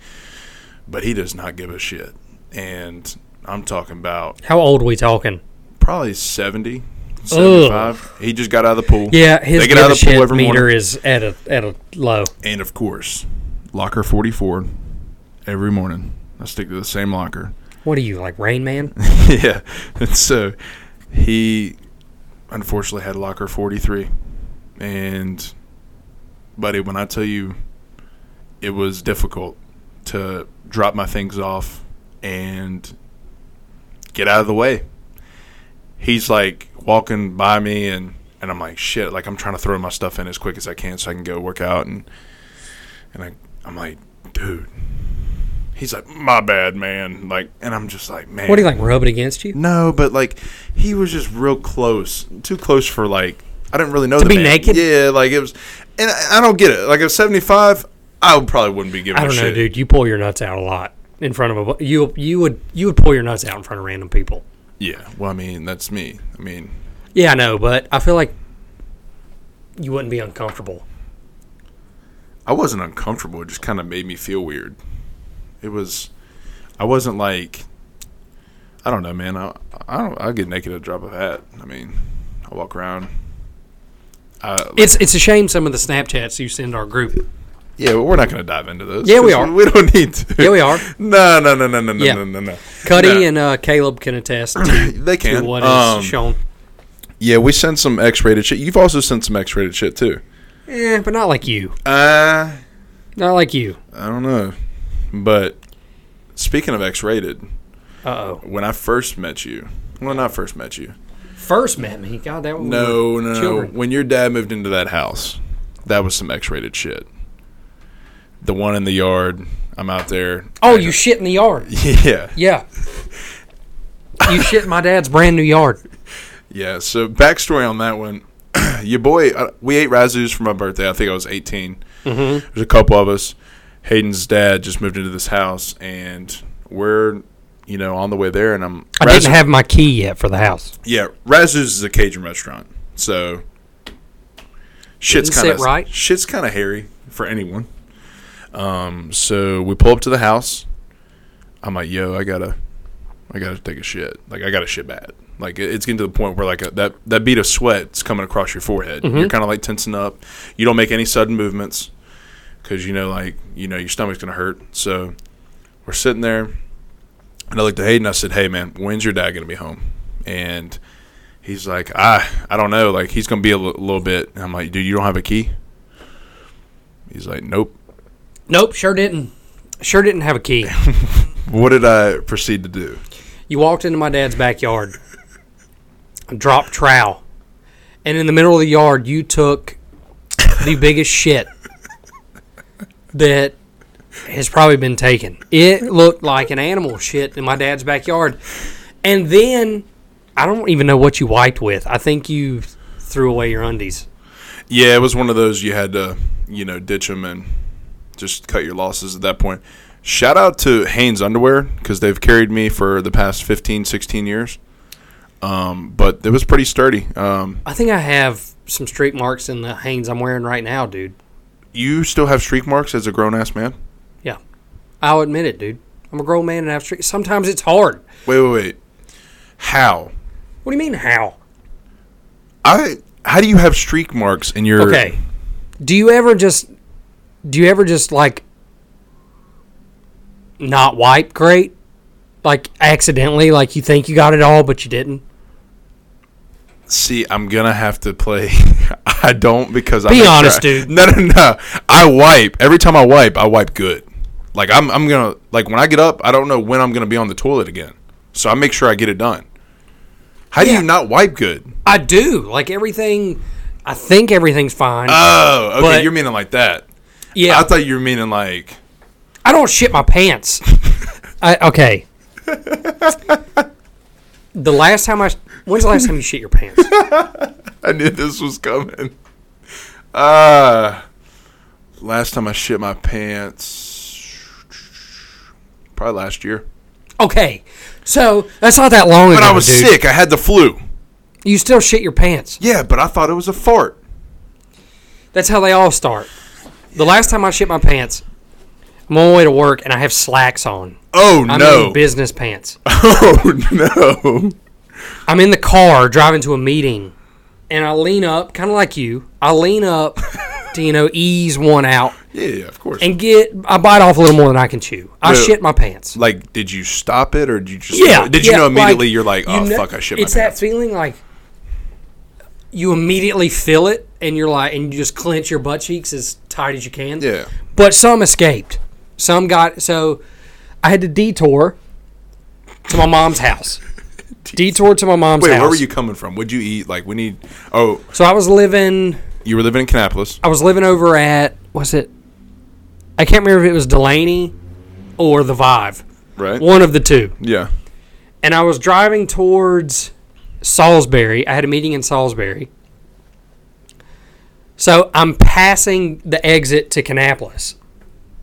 [SPEAKER 2] but he does not give a shit, and I'm talking about
[SPEAKER 1] How old are we talking?
[SPEAKER 2] probably 70. 75. He just got out of the pool.
[SPEAKER 1] Yeah, his
[SPEAKER 2] they get out of the
[SPEAKER 1] give a
[SPEAKER 2] pool
[SPEAKER 1] shit
[SPEAKER 2] every
[SPEAKER 1] meter
[SPEAKER 2] morning.
[SPEAKER 1] is at a at a low.
[SPEAKER 2] And of course, locker 44 every morning. I stick to the same locker.
[SPEAKER 1] What are you like, Rain Man?
[SPEAKER 2] yeah. And so he unfortunately had locker 43. And, buddy, when I tell you it was difficult to drop my things off and get out of the way, he's like walking by me and. And I'm like, shit, like I'm trying to throw my stuff in as quick as I can so I can go work out and and I I'm like, dude. He's like, my bad, man. Like and I'm just like, man.
[SPEAKER 1] What do you like rub it against you?
[SPEAKER 2] No, but like he was just real close, too close for like I didn't really know to
[SPEAKER 1] be naked?
[SPEAKER 2] Yeah, like it was, and I, I don't get it. Like at seventy five, I would- probably wouldn't be giving.
[SPEAKER 1] I
[SPEAKER 2] a
[SPEAKER 1] don't know,
[SPEAKER 2] shit.
[SPEAKER 1] dude. You pull your nuts out a lot in front of a you you would you would pull your nuts out in front of random people.
[SPEAKER 2] Yeah, well, I mean that's me. I mean,
[SPEAKER 1] Yeah, I know, but I feel like you wouldn't be uncomfortable.
[SPEAKER 2] I wasn't uncomfortable. It just kind of made me feel weird. It was, I wasn't like, I don't know, man. I, I don't. I get naked at a drop of a hat. I mean, I walk around. Uh, I, like,
[SPEAKER 1] It's it's a shame some of the Snapchats you send our group.
[SPEAKER 2] yeah, but we're not going to dive into those.
[SPEAKER 1] Yeah, we
[SPEAKER 2] 'cause
[SPEAKER 1] are.
[SPEAKER 2] We don't need to.
[SPEAKER 1] Yeah, we are.
[SPEAKER 2] No, no, no, no, no,
[SPEAKER 1] Yeah.
[SPEAKER 2] no, no, no.
[SPEAKER 1] Cuddy
[SPEAKER 2] No.
[SPEAKER 1] and uh, Caleb can attest to,
[SPEAKER 2] They
[SPEAKER 1] to
[SPEAKER 2] can.
[SPEAKER 1] what is
[SPEAKER 2] um,
[SPEAKER 1] shown.
[SPEAKER 2] Yeah, we sent some X-rated shit. You've also sent some X-rated shit too.
[SPEAKER 1] Yeah, Eh, but not like you.
[SPEAKER 2] Uh
[SPEAKER 1] Not like you.
[SPEAKER 2] I don't know. But speaking of X-rated,
[SPEAKER 1] Uh oh.
[SPEAKER 2] when I first met you, well, not first met you.
[SPEAKER 1] First met me. God, that was
[SPEAKER 2] No, no, no.
[SPEAKER 1] Children.
[SPEAKER 2] When your dad moved into that house, that was some X-rated shit. The one in the yard. I'm out there.
[SPEAKER 1] Oh, you shit in the yard.
[SPEAKER 2] Yeah,
[SPEAKER 1] Yeah. you shit in my dad's brand new yard.
[SPEAKER 2] yeah. So backstory on that one. your boy, uh, we ate Razoo's for my birthday. I think I was 18.
[SPEAKER 1] Mm-hmm.
[SPEAKER 2] there's a couple of us. Hayden's dad just moved into this house, and we're you know on the way there, and I'm
[SPEAKER 1] I didn't have my key yet for the house.
[SPEAKER 2] yeah. Razoo's is a Cajun restaurant, so shit's
[SPEAKER 1] Didn't
[SPEAKER 2] kind of
[SPEAKER 1] sit right.
[SPEAKER 2] shit's kind of hairy for anyone. Um, so we pull up to the house. I'm like, yo, I gotta, I gotta take a shit. Like I gotta shit bad. Like it- it's getting to the point where like a, that that bead of sweat's coming across your forehead. You're kind of like tensing up. You don't make any sudden movements because you know like you know your stomach's gonna hurt. So we're sitting there, and I looked at Hayden. I said, hey man, when's your dad gonna be home? And he's like, I I don't know. Like he's gonna be a li- little bit. And I'm like, dude, you don't have a key. He's like, nope.
[SPEAKER 1] Nope, sure didn't. Sure didn't have a key.
[SPEAKER 2] What did I proceed to do?
[SPEAKER 1] You walked into my dad's backyard, dropped trowel, and in the middle of the yard, you took the biggest shit that has probably been taken. It looked like an animal shit in my dad's backyard. And then I don't even know what you wiped with. I think you threw away your undies.
[SPEAKER 2] Yeah, it was one of those you had to, you know, ditch them and just cut your losses at that point. Shout out to Hanes Underwear because they've carried me for the past 15, 16 years. Um, but it was pretty sturdy. Um,
[SPEAKER 1] I think I have some streak marks in the Hanes I'm wearing right now, dude.
[SPEAKER 2] you still have streak marks as a grown ass man?
[SPEAKER 1] Yeah. I'll admit it, dude. I'm a grown man and I have streak. Sometimes it's hard.
[SPEAKER 2] Wait, wait, wait. How?
[SPEAKER 1] What do you mean, how?
[SPEAKER 2] I. How do you have streak marks in your?
[SPEAKER 1] Okay. Do you ever just do you ever just like not wipe great? Like accidentally, like you think you got it all but you didn't?
[SPEAKER 2] See, I'm gonna have to play. I don't because I
[SPEAKER 1] Be
[SPEAKER 2] make
[SPEAKER 1] honest,
[SPEAKER 2] I-
[SPEAKER 1] dude.
[SPEAKER 2] No, no, no. I wipe every time I wipe. I wipe good. Like I'm, I'm gonna like when I get up. I don't know when I'm gonna be on the toilet again. So I make sure I get it done. How do
[SPEAKER 1] Yeah.
[SPEAKER 2] you not wipe good?
[SPEAKER 1] I do. Like everything I think everything's fine.
[SPEAKER 2] Oh, okay.
[SPEAKER 1] But-
[SPEAKER 2] you're meaning like that.
[SPEAKER 1] yeah.
[SPEAKER 2] I thought you were meaning like.
[SPEAKER 1] I don't shit my pants. I, okay. the last time I when's the last time you shit your pants?
[SPEAKER 2] I knew this was coming. Uh last time I shit my pants, probably last year.
[SPEAKER 1] Okay. So that's not that long ago.
[SPEAKER 2] But I was
[SPEAKER 1] dude.
[SPEAKER 2] sick. I had the flu.
[SPEAKER 1] You still shit your pants.
[SPEAKER 2] Yeah, but I thought it was a fart.
[SPEAKER 1] That's how they all start. The last time I shit my pants, I'm on my way to work and I have slacks on.
[SPEAKER 2] Oh
[SPEAKER 1] I'm
[SPEAKER 2] no!
[SPEAKER 1] in business pants.
[SPEAKER 2] oh no!
[SPEAKER 1] I'm in the car driving to a meeting and I lean up, kind of like you. I lean up to, you know, ease one out
[SPEAKER 2] Yeah, yeah, of course.
[SPEAKER 1] and get, I bite off a little more than I can chew. I
[SPEAKER 2] Yeah.
[SPEAKER 1] shit my pants.
[SPEAKER 2] like, did you stop it or did you just?
[SPEAKER 1] Yeah.
[SPEAKER 2] Did you
[SPEAKER 1] yeah,
[SPEAKER 2] know immediately?
[SPEAKER 1] like,
[SPEAKER 2] you're like,
[SPEAKER 1] you
[SPEAKER 2] oh
[SPEAKER 1] know-
[SPEAKER 2] fuck, I shit my
[SPEAKER 1] It's that
[SPEAKER 2] pants.
[SPEAKER 1] feeling like you immediately feel it and you're like, and you just clench your butt cheeks as tight as you can.
[SPEAKER 2] yeah.
[SPEAKER 1] but some escaped. Some got so I had to detour to my mom's house. detour to my mom's
[SPEAKER 2] Wait,
[SPEAKER 1] house.
[SPEAKER 2] where were you coming from? What'd you eat? Like, we need. Oh,
[SPEAKER 1] So I was living
[SPEAKER 2] you were living in Canapolis.
[SPEAKER 1] I was living over at was it I can't remember if it was Delaney or the Vive.
[SPEAKER 2] Right.
[SPEAKER 1] One of the two.
[SPEAKER 2] Yeah.
[SPEAKER 1] and I was driving towards Salisbury. I had a meeting in Salisbury. So I'm passing the exit to Canapolis.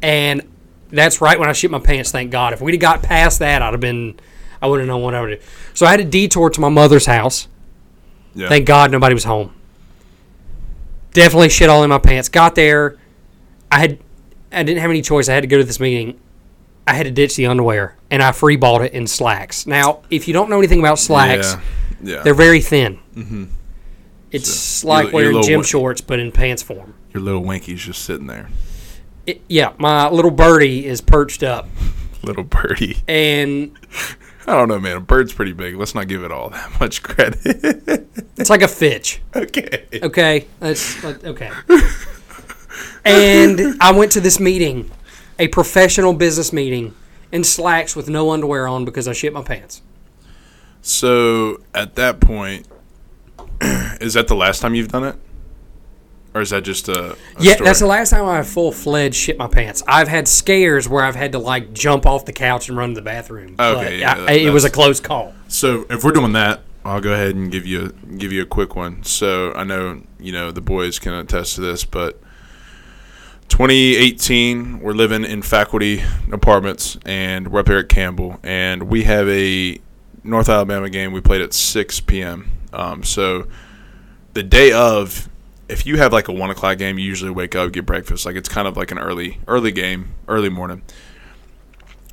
[SPEAKER 1] And that's right when I shit my pants, thank God. If we'd have got past that, I'd have been I wouldn't know what I would do. So I had a detour to my mother's house.
[SPEAKER 2] Yeah.
[SPEAKER 1] Thank God nobody was home. Definitely shit all in my pants. Got there, I had I didn't have any choice. I had to go to this meeting. I had to ditch the underwear and I free balled it in slacks. Now, if you don't know anything about slacks,
[SPEAKER 2] Yeah. Yeah.
[SPEAKER 1] they're very thin. It's like
[SPEAKER 2] your
[SPEAKER 1] wearing
[SPEAKER 2] little
[SPEAKER 1] gym
[SPEAKER 2] one-
[SPEAKER 1] shorts, but in pants form.
[SPEAKER 2] Your little winky's just sitting there.
[SPEAKER 1] It, yeah, my little birdie is perched up,
[SPEAKER 2] Little birdie.
[SPEAKER 1] and
[SPEAKER 2] I don't know, man. A bird's pretty big. Let's not give it all that much credit.
[SPEAKER 1] it's like a fitch.
[SPEAKER 2] okay.
[SPEAKER 1] Okay, that's uh, okay. and I went to this meeting, a professional business meeting, in slacks with no underwear on because I shit my pants.
[SPEAKER 2] So at that point, is that the last time you've done it, or is that just a, a
[SPEAKER 1] yeah,
[SPEAKER 2] story?
[SPEAKER 1] that's the last time I full fledged shit my pants. I've had scares where I've had to like jump off the couch and run to the bathroom. but
[SPEAKER 2] yeah,
[SPEAKER 1] I-
[SPEAKER 2] that-
[SPEAKER 1] it was a
[SPEAKER 2] that's-
[SPEAKER 1] close call.
[SPEAKER 2] So if we're doing that, I'll go ahead and give you a, give you a quick one. So I know you know the boys can attest to this, but 2018, we're living in faculty apartments, and we're up here at Campbell, and we have a North Alabama game. We played at 6 p.m. Um, so the day of, if you have like a one o'clock game, you usually wake up, get breakfast. Like it's kind of like an early early game, early morning.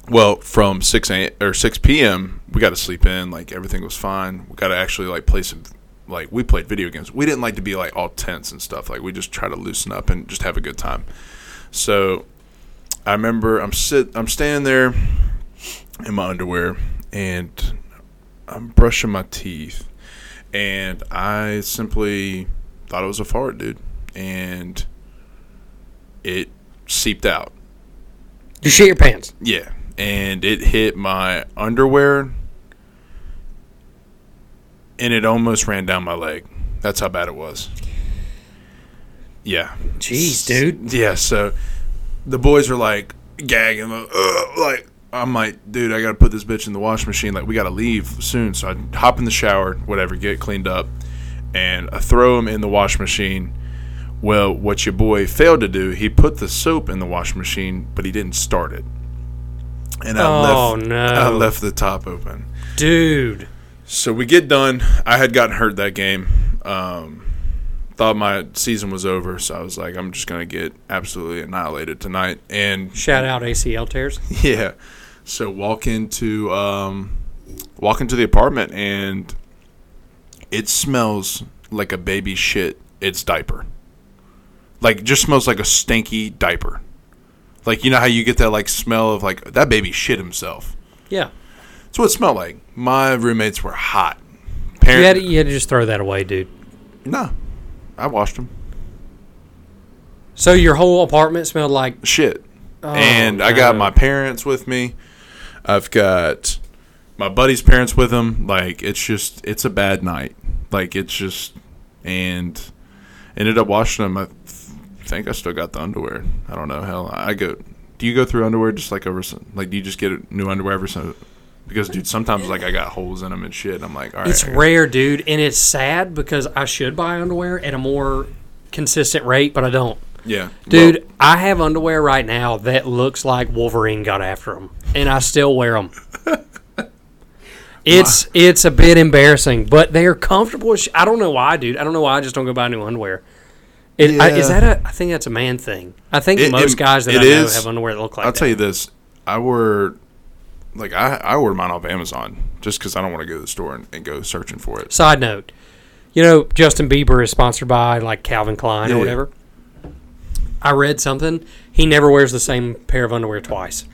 [SPEAKER 2] Well, from six a or six p.m., we got to sleep in. Like everything was fine. We got to actually like play some. Like we played video games. We didn't like to be like all tense and stuff. Like we just try to loosen up and just have a good time. So, I remember I'm sit I'm standing there in my underwear and I'm brushing my teeth, and I simply thought it was a fart, dude, and it seeped out.
[SPEAKER 1] You shit your pants.
[SPEAKER 2] Yeah, and it hit my underwear, and it almost ran down my leg. That's how bad it was. Yeah.
[SPEAKER 1] Jeez, dude.
[SPEAKER 2] Yeah. So the boys are like gagging, like, "Ugh," like I'm like, dude, I gotta put this bitch in the washing machine. Like we gotta leave soon. So I hop in the shower, whatever, get cleaned up, and I throw him in the washing machine. Well, what your boy failed to do, he put the soap in the washing machine, but he didn't start it. And I
[SPEAKER 1] Oh,
[SPEAKER 2] left,
[SPEAKER 1] no.
[SPEAKER 2] I left the top open.
[SPEAKER 1] Dude.
[SPEAKER 2] So we get done. I had gotten hurt that game. Um, thought my season was over, so I was like, I'm just gonna get absolutely annihilated tonight. And
[SPEAKER 1] Shout out ACL tears.
[SPEAKER 2] yeah, so walk into um, walk into the apartment, and it smells like a baby shit. Its diaper, like just smells like a stinky diaper. Like you know how you get that like smell of like that baby shit himself.
[SPEAKER 1] Yeah.
[SPEAKER 2] That's what it smelled like. My roommates were hot.
[SPEAKER 1] You
[SPEAKER 2] Parent-
[SPEAKER 1] had, to, you had to just throw that away, dude.
[SPEAKER 2] No, I washed them.
[SPEAKER 1] So your whole apartment smelled like oh,
[SPEAKER 2] Shit. and I got
[SPEAKER 1] no.
[SPEAKER 2] my parents with me. I've got my buddy's parents with them. Like it's just it's a bad night. Like it's just and ended up washing them. I th- think I still got the underwear. I don't know. Hell, I go. Do you go through underwear just like ever since? Like do you just get new underwear ever since? Because dude, sometimes like I got holes in them and shit. I'm like, all right.
[SPEAKER 1] It's rare, dude, and it's sad because I should buy underwear at a more consistent rate, but I don't.
[SPEAKER 2] yeah,
[SPEAKER 1] Dude, I have underwear right now that looks like Wolverine got after them, and I still wear them. It's it's a bit embarrassing, but they are comfortable. as sh- I don't know why, dude. I don't know why. I just don't go buy new underwear. It, I, is
[SPEAKER 2] Yeah.
[SPEAKER 1] that a? I think that's a man thing. I think
[SPEAKER 2] It-
[SPEAKER 1] most
[SPEAKER 2] it-
[SPEAKER 1] guys that
[SPEAKER 2] it
[SPEAKER 1] I know
[SPEAKER 2] is.
[SPEAKER 1] have underwear that look like
[SPEAKER 2] I'll
[SPEAKER 1] that.
[SPEAKER 2] tell you this. I were like I, I order mine off Amazon just because I don't want to go to the store and, and go searching for it.
[SPEAKER 1] Side note, you know Justin Bieber is sponsored by like Calvin Klein
[SPEAKER 2] Yeah,
[SPEAKER 1] or
[SPEAKER 2] yeah.
[SPEAKER 1] whatever. I read something. He never wears the same pair of underwear twice.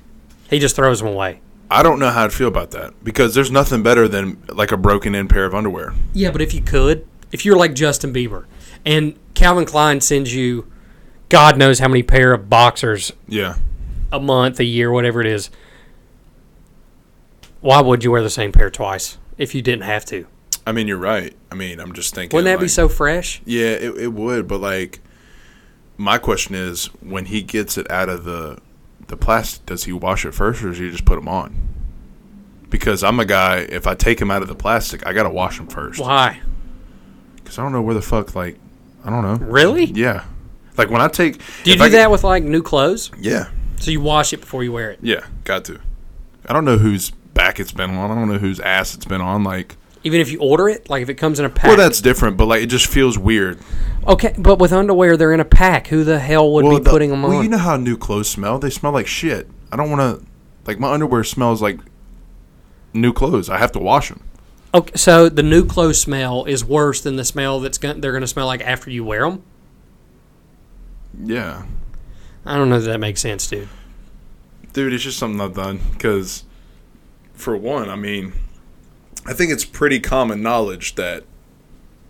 [SPEAKER 1] He just throws them away.
[SPEAKER 2] I don't know how I'd feel about that because there's nothing better than like a broken in pair of underwear.
[SPEAKER 1] Yeah, but if you could, if you're like Justin Bieber, and Calvin Klein sends you, God knows how many pair of boxers
[SPEAKER 2] Yeah,
[SPEAKER 1] a month, a year, whatever it is. Why would you wear the same pair twice if you didn't have to?
[SPEAKER 2] I mean you're right. I mean I'm just thinking.
[SPEAKER 1] Wouldn't that be
[SPEAKER 2] like-
[SPEAKER 1] so fresh?
[SPEAKER 2] Yeah, it, it would. But like, my question is, when he gets it out of the the plastic, does he wash it first, or does he just put them on? Because I'm a guy. If I take him out of the plastic, I gotta wash them first.
[SPEAKER 1] Why?
[SPEAKER 2] Because I don't know where the fuck. Like, I don't know.
[SPEAKER 1] Really?
[SPEAKER 2] Yeah. Like when I take.
[SPEAKER 1] Do you
[SPEAKER 2] if
[SPEAKER 1] do
[SPEAKER 2] I get-
[SPEAKER 1] that with like new clothes?
[SPEAKER 2] Yeah.
[SPEAKER 1] So you wash it before you wear it.
[SPEAKER 2] Yeah. Got to. I don't know whose back it's been on. I don't know whose ass it's been on. Like
[SPEAKER 1] Even if you order it, like if it comes in a pack.
[SPEAKER 2] Well, that's different, but like it just feels weird.
[SPEAKER 1] okay, but with underwear, they're in a pack. Who the hell would
[SPEAKER 2] Well,
[SPEAKER 1] be
[SPEAKER 2] the-
[SPEAKER 1] putting them
[SPEAKER 2] well,
[SPEAKER 1] on?
[SPEAKER 2] you know how new clothes smell. They smell like shit. I don't want to. Like my underwear smells like new clothes. I have to wash them.
[SPEAKER 1] okay, so the new clothes smell is worse than the smell that's going they're going to smell like after you wear them.
[SPEAKER 2] Yeah,
[SPEAKER 1] I don't know that that makes sense, dude.
[SPEAKER 2] dude, it's just something I've done because, for one, I mean, I think it's pretty common knowledge that,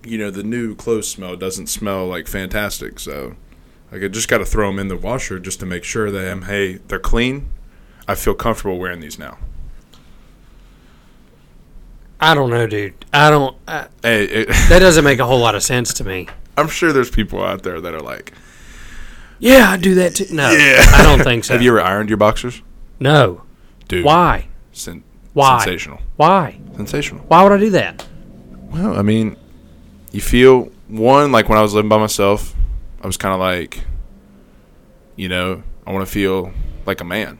[SPEAKER 2] you know, the new clothes smell doesn't smell like fantastic. So, like, I just got to throw them in the washer just to make sure that I'm, hey, they're clean. I feel comfortable wearing these now.
[SPEAKER 1] I don't know, dude. I don't. I,
[SPEAKER 2] Hey, it,
[SPEAKER 1] that doesn't make a whole lot of sense to me.
[SPEAKER 2] I'm sure there's people out there that are like,
[SPEAKER 1] Yeah, I do that too. No,
[SPEAKER 2] Yeah.
[SPEAKER 1] I don't think so.
[SPEAKER 2] have you ever ironed your boxers?
[SPEAKER 1] no.
[SPEAKER 2] Dude,
[SPEAKER 1] Why?
[SPEAKER 2] sen-
[SPEAKER 1] Why?
[SPEAKER 2] sensational,
[SPEAKER 1] Why?
[SPEAKER 2] sensational.
[SPEAKER 1] Why would I do that?
[SPEAKER 2] Well, I mean, you feel one like when I was living by myself, I was kind of like, you know, I want to feel like a man.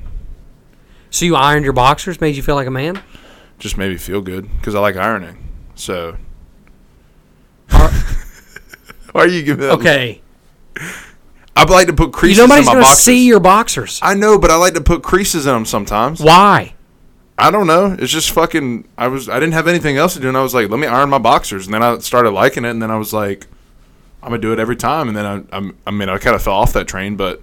[SPEAKER 1] So you ironed your boxers, made you feel like a man?
[SPEAKER 2] Just made me feel good because I like ironing. So
[SPEAKER 1] Are-
[SPEAKER 2] why are you giving? That
[SPEAKER 1] okay.
[SPEAKER 2] I like to put
[SPEAKER 1] You,
[SPEAKER 2] creases in
[SPEAKER 1] nobody's
[SPEAKER 2] my
[SPEAKER 1] going to
[SPEAKER 2] boxers.
[SPEAKER 1] see your boxers.
[SPEAKER 2] I know, but I like to put creases in them sometimes.
[SPEAKER 1] Why?
[SPEAKER 2] I don't know. It's just fucking. I was. I didn't have anything else to do, and I was like, let me iron my boxers, and then I started liking it, and then I was like, I'm gonna do it every time, and then I. I'm, I mean, I kind of fell off that train, but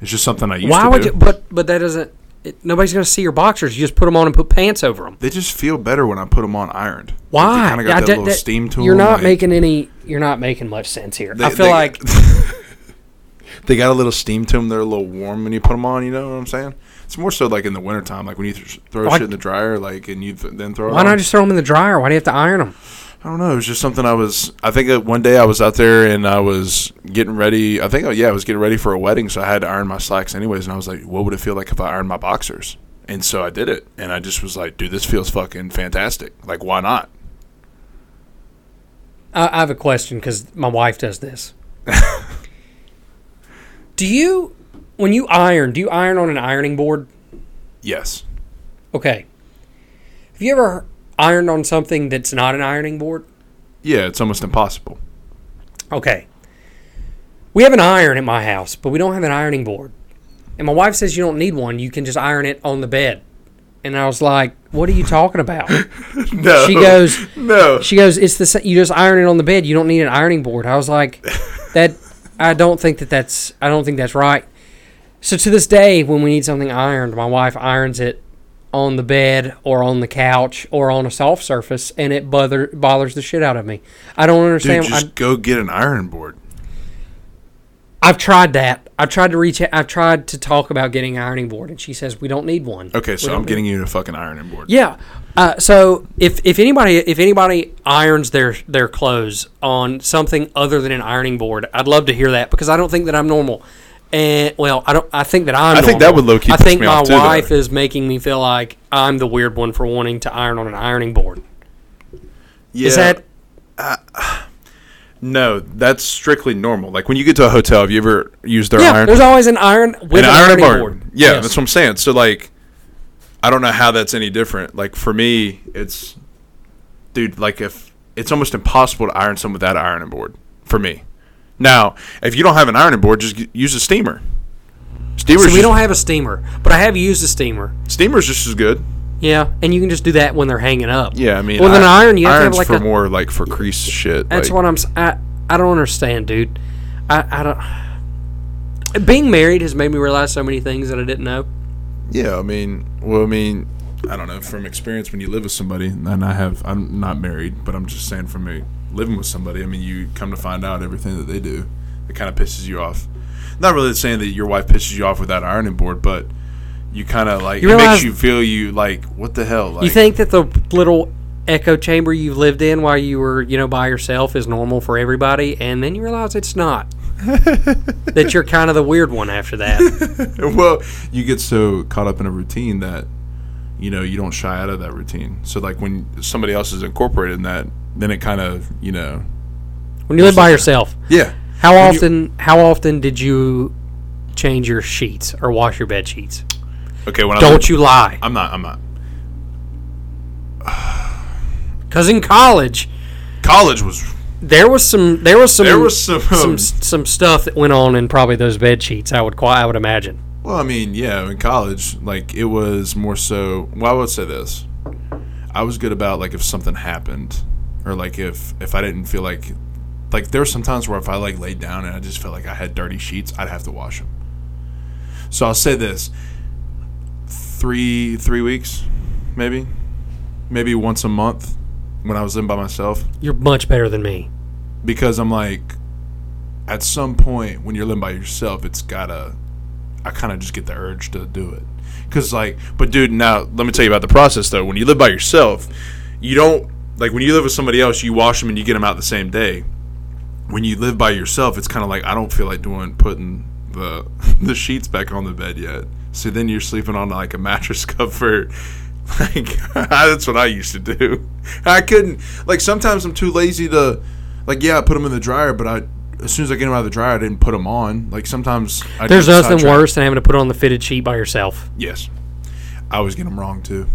[SPEAKER 2] it's just something I used
[SPEAKER 1] Why
[SPEAKER 2] to
[SPEAKER 1] would
[SPEAKER 2] do.
[SPEAKER 1] you? But but that doesn't. It, nobody's going to see your boxers. You just put them on and put pants over them.
[SPEAKER 2] they just feel better when I put them on ironed.
[SPEAKER 1] Why?
[SPEAKER 2] They kind of got
[SPEAKER 1] I
[SPEAKER 2] that
[SPEAKER 1] d-
[SPEAKER 2] little
[SPEAKER 1] that-
[SPEAKER 2] steam to
[SPEAKER 1] You're
[SPEAKER 2] them,
[SPEAKER 1] not
[SPEAKER 2] like-
[SPEAKER 1] making any. You're not making much sense here.
[SPEAKER 2] They-
[SPEAKER 1] I feel
[SPEAKER 2] they-
[SPEAKER 1] like
[SPEAKER 2] they got a little steam to them. They're a little warm when you put them on. You know what I'm saying? It's more so like in the wintertime, like when you th- throw
[SPEAKER 1] Why-
[SPEAKER 2] shit in the dryer, like and you th- then throw. it
[SPEAKER 1] why
[SPEAKER 2] on.
[SPEAKER 1] not just throw them in the dryer? Why do you have to iron them?
[SPEAKER 2] I don't know. It was just something I was. I think that one day I was out there and I was getting ready. I think, oh, yeah, I was getting ready for a wedding, so I had to iron my slacks anyways. And I was like, what would it feel like if I ironed my boxers? And so I did it. And I just was like, dude, this feels fucking fantastic. Like, why not?
[SPEAKER 1] I, I have a question because my wife does this. do you, when you iron, do you iron on an ironing board?
[SPEAKER 2] Yes.
[SPEAKER 1] Okay. Have you ever ironed on something that's not an ironing board?
[SPEAKER 2] Yeah, it's almost impossible.
[SPEAKER 1] Okay. We have an iron at my house, but we don't have an ironing board. And my wife says you don't need one. You can just iron it on the bed. And I was like, "What are you talking about?"
[SPEAKER 2] No.
[SPEAKER 1] She goes,
[SPEAKER 2] no.
[SPEAKER 1] She goes, "It's the sa- you just iron it on the bed. You don't need an ironing board." I was like, "That I don't think that that's I don't think that's right." So to this day, when we need something ironed, my wife irons it on the bed or on the couch or on a soft surface, and it bother bothers the shit out of me. I don't
[SPEAKER 2] Dude,
[SPEAKER 1] understand.
[SPEAKER 2] just go get an iron board.
[SPEAKER 1] I, I've tried that. I've tried to reach. I've tried to talk about getting an ironing board, and she says we don't need one.
[SPEAKER 2] Okay,
[SPEAKER 1] We
[SPEAKER 2] so
[SPEAKER 1] don't
[SPEAKER 2] I'm
[SPEAKER 1] need-
[SPEAKER 2] getting you a fucking ironing board.
[SPEAKER 1] Yeah. Uh, so if, if anybody if anybody irons their their clothes on something other than an ironing board, I'd love to hear that because I don't think that I'm normal. And well, I don't. I think that I'm.
[SPEAKER 2] I think
[SPEAKER 1] normal.
[SPEAKER 2] that would low-key
[SPEAKER 1] I
[SPEAKER 2] piss
[SPEAKER 1] think
[SPEAKER 2] me
[SPEAKER 1] my
[SPEAKER 2] off too, though.
[SPEAKER 1] wife is making me feel like I'm the weird one for wanting to iron on an ironing board.
[SPEAKER 2] yeah.
[SPEAKER 1] Is that
[SPEAKER 2] No, that's strictly normal. Like when you get to a hotel, have you ever used their
[SPEAKER 1] yeah?
[SPEAKER 2] iron
[SPEAKER 1] There's always an iron with
[SPEAKER 2] an iron board. Yeah,
[SPEAKER 1] Yes.
[SPEAKER 2] that's what I'm saying. So like, I don't know how that's any different. Like for me, it's, dude, like if it's almost impossible to iron something without an ironing board for me. Now, if you don't have an ironing board, just g- use a steamer. Steamer's
[SPEAKER 1] So we
[SPEAKER 2] just,
[SPEAKER 1] don't have a steamer, but I have used a steamer.
[SPEAKER 2] steamer's just as good.
[SPEAKER 1] Yeah, and you can just do that when they're hanging up.
[SPEAKER 2] Yeah, I mean,
[SPEAKER 1] Well, then
[SPEAKER 2] i-
[SPEAKER 1] iron, you have to have
[SPEAKER 2] irons
[SPEAKER 1] like
[SPEAKER 2] for
[SPEAKER 1] a-
[SPEAKER 2] more like for crease shit.
[SPEAKER 1] That's
[SPEAKER 2] like,
[SPEAKER 1] what I'm. s- I I don't understand, dude. I I don't. Being married has made me realize so many things that I didn't know.
[SPEAKER 2] Yeah, I mean, well, I mean, I don't know from experience when you live with somebody, and I have, I'm not married, but I'm just saying from me living with somebody. I mean, you come to find out everything that they do, it kind of pisses you off. Not really saying that your wife pisses you off with that ironing board, but you kind of like
[SPEAKER 1] You
[SPEAKER 2] it
[SPEAKER 1] realize-
[SPEAKER 2] makes you feel you like what the hell? Like,
[SPEAKER 1] You think that the little echo chamber you lived in while you were, you know, by yourself is normal for everybody, and then you realize it's not. that you're kind of the weird one after that.
[SPEAKER 2] well, you get so caught up in a routine that you know you don't shy out of that routine. So like when somebody else is incorporated in that, then it kind of you know,
[SPEAKER 1] When you live by yourself,
[SPEAKER 2] yeah.
[SPEAKER 1] how
[SPEAKER 2] When you-
[SPEAKER 1] often how often did you change your sheets or wash your bed sheets?
[SPEAKER 2] Okay, when I lived-
[SPEAKER 1] Don't you lie.
[SPEAKER 2] I'm not. I'm not.
[SPEAKER 1] Because in college,
[SPEAKER 2] College was
[SPEAKER 1] there was some there was some
[SPEAKER 2] There was some,
[SPEAKER 1] some
[SPEAKER 2] um,
[SPEAKER 1] some stuff that went on in probably those bed sheets. I would qua- I would imagine.
[SPEAKER 2] Well, I mean, yeah, in college, like it was more so. Well, I would say this: I was good about like if something happened, or like if if I didn't feel like, like there were some times where if I like laid down and I just felt like I had dirty sheets, I'd have to wash them. So I'll say this: three three weeks, maybe, maybe once a month, when I was in by myself,
[SPEAKER 1] You're much better than me.
[SPEAKER 2] because I'm like, at some point when you're living by yourself, it's gotta. I kind of just get the urge to do it, cause like, but dude, now let me tell you about the process though. When you live by yourself, you don't like when you live with somebody else, you wash them and you get them out the same day. When you live by yourself, it's kind of like I don't feel like doing putting the the sheets back on the bed yet. So then you're sleeping on like a mattress cover. Like that's what I used to do. I couldn't like sometimes I'm too lazy to like yeah, I put them in the dryer, but I as soon as I get them out of the dryer, I didn't put them on. Like sometimes I
[SPEAKER 1] There's
[SPEAKER 2] get
[SPEAKER 1] nothing
[SPEAKER 2] sidetracked.
[SPEAKER 1] worse than having to put on the fitted sheet by yourself,
[SPEAKER 2] Yes, I always get them wrong too.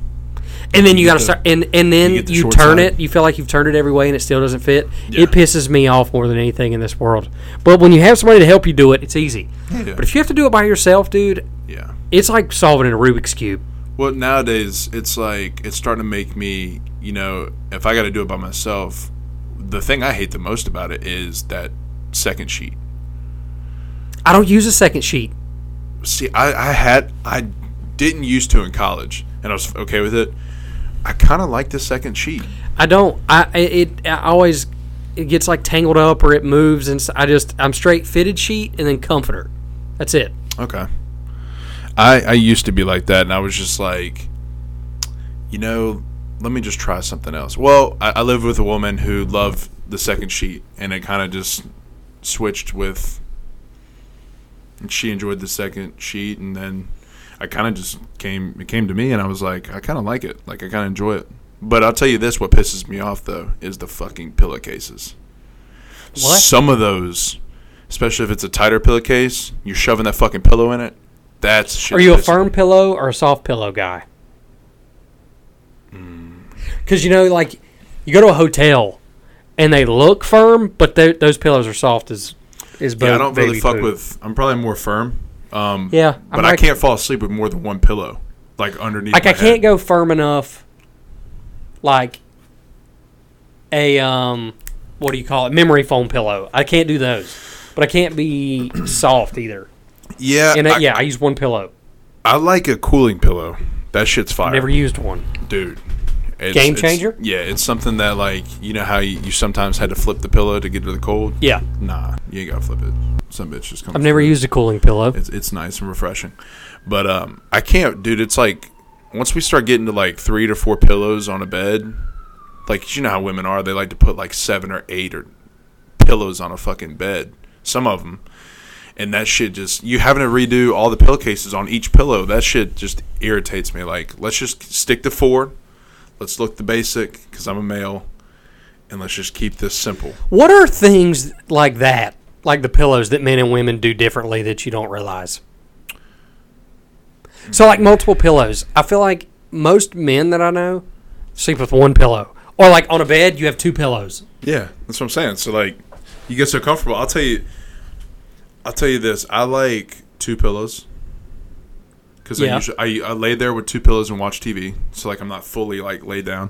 [SPEAKER 1] and then you got to
[SPEAKER 2] the-
[SPEAKER 1] start, and and then
[SPEAKER 2] you
[SPEAKER 1] you,
[SPEAKER 2] get the short
[SPEAKER 1] turn
[SPEAKER 2] side.
[SPEAKER 1] it. You feel like you've turned it every way, and it still doesn't fit.
[SPEAKER 2] Yeah.
[SPEAKER 1] It pisses me off more than anything in this world. But when you have somebody to help you do it, it's easy.
[SPEAKER 2] Yeah.
[SPEAKER 1] But if you have to do it by yourself, dude,
[SPEAKER 2] Yeah.
[SPEAKER 1] it's like solving a Rubik's cube.
[SPEAKER 2] Well, nowadays it's like it's starting to make me, you know, if I got to do it by myself, the thing I hate the most about it is that second sheet.
[SPEAKER 1] I don't use a second sheet.
[SPEAKER 2] See, I, I had I didn't used to in college, and I was okay with it. I kind of like the second sheet.
[SPEAKER 1] I don't. I I- it I always it gets like tangled up or it moves, and s- I just I'm straight fitted sheet and then comforter. That's it.
[SPEAKER 2] Okay. I I used to be like that, and I was just like, you know, let me just try something else. Well, I, I lived with a woman who loved the second sheet, and it kind of just switched with. And she enjoyed the second sheet, and then I kind of just came. It came to me, and I was like, I kind of like it. Like I kind of enjoy it. But I'll tell you this: what pisses me off though is the fucking pillowcases.
[SPEAKER 1] What?
[SPEAKER 2] Some of those, especially if it's a tighter pillowcase, you're shoving that fucking pillow in it. That's shit.
[SPEAKER 1] Are you a
[SPEAKER 2] that pisses-
[SPEAKER 1] firm pillow or a soft pillow guy?
[SPEAKER 2] Hmm.
[SPEAKER 1] Because you know, like you go to a hotel and they look firm, but tho- those pillows are soft as is.
[SPEAKER 2] Yeah, I don't really fuck with. I'm probably more firm, um,
[SPEAKER 1] Yeah, I'm
[SPEAKER 2] but I
[SPEAKER 1] like-
[SPEAKER 2] can't fall asleep with more than one pillow, like underneath.
[SPEAKER 1] Like
[SPEAKER 2] my
[SPEAKER 1] I
[SPEAKER 2] head.
[SPEAKER 1] can't go firm enough. Like a um, what do you call it? Memory foam pillow. I can't do those, but I can't be soft either.
[SPEAKER 2] Yeah,
[SPEAKER 1] And uh,
[SPEAKER 2] I,
[SPEAKER 1] yeah, I use one pillow.
[SPEAKER 2] I like a cooling pillow. That shit's fire,
[SPEAKER 1] Never used one.
[SPEAKER 2] dude. It's,
[SPEAKER 1] Game
[SPEAKER 2] it's-
[SPEAKER 1] changer?
[SPEAKER 2] yeah, it's something that like you know how you, you sometimes had to flip the pillow to get to the cold.
[SPEAKER 1] Yeah,
[SPEAKER 2] Nah, you ain't gotta flip it. Some bitch just comes.
[SPEAKER 1] I've never
[SPEAKER 2] through.
[SPEAKER 1] used a cooling pillow.
[SPEAKER 2] It's it's nice and refreshing, but um, I can't, dude. It's like once we start getting to like three to four pillows on a bed, like you know how women are, they like to put like seven or eight or pillows on a fucking bed. Some of them, and that shit just you having to redo all the pillowcases on each pillow. That shit just irritates me. Like let's just stick to four. Let's look the basic because I'm a male, and let's just keep this simple.
[SPEAKER 1] What are things like that, like the pillows that men and women do differently that you don't realize? So, like multiple pillows. I feel like most men that I know sleep with one pillow, or like on a bed you have two pillows.
[SPEAKER 2] Yeah, that's what I'm saying. So like, you get so comfortable. I'll tell you. I'll tell you this. I like two pillows. Because
[SPEAKER 1] Yeah.
[SPEAKER 2] I usually I, I lay there with two pillows and watch TV. So like I'm not fully like laid down.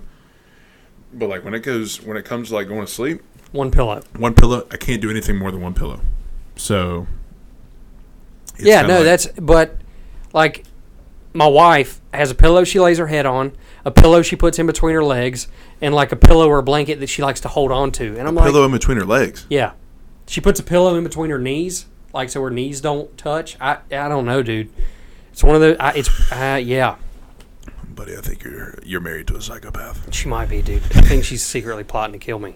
[SPEAKER 2] But like when it goes when it comes to like going to sleep,
[SPEAKER 1] One pillow.
[SPEAKER 2] one pillow I can't do anything more than one pillow. So. it's
[SPEAKER 1] yeah,
[SPEAKER 2] kinda
[SPEAKER 1] no,
[SPEAKER 2] like-
[SPEAKER 1] that's but like my wife has a pillow she lays her head on, a pillow she puts in between her legs, and like a pillow or a blanket that she likes to hold on to. And I'm like,
[SPEAKER 2] pillow in between her legs.
[SPEAKER 1] Yeah. She puts a pillow in between her knees, like so her knees don't touch. I I don't know, dude. It's one of those. I, it's uh, yeah.
[SPEAKER 2] Buddy, I think you're you're married to a psychopath.
[SPEAKER 1] She might be, dude. I think she's secretly plotting to kill me.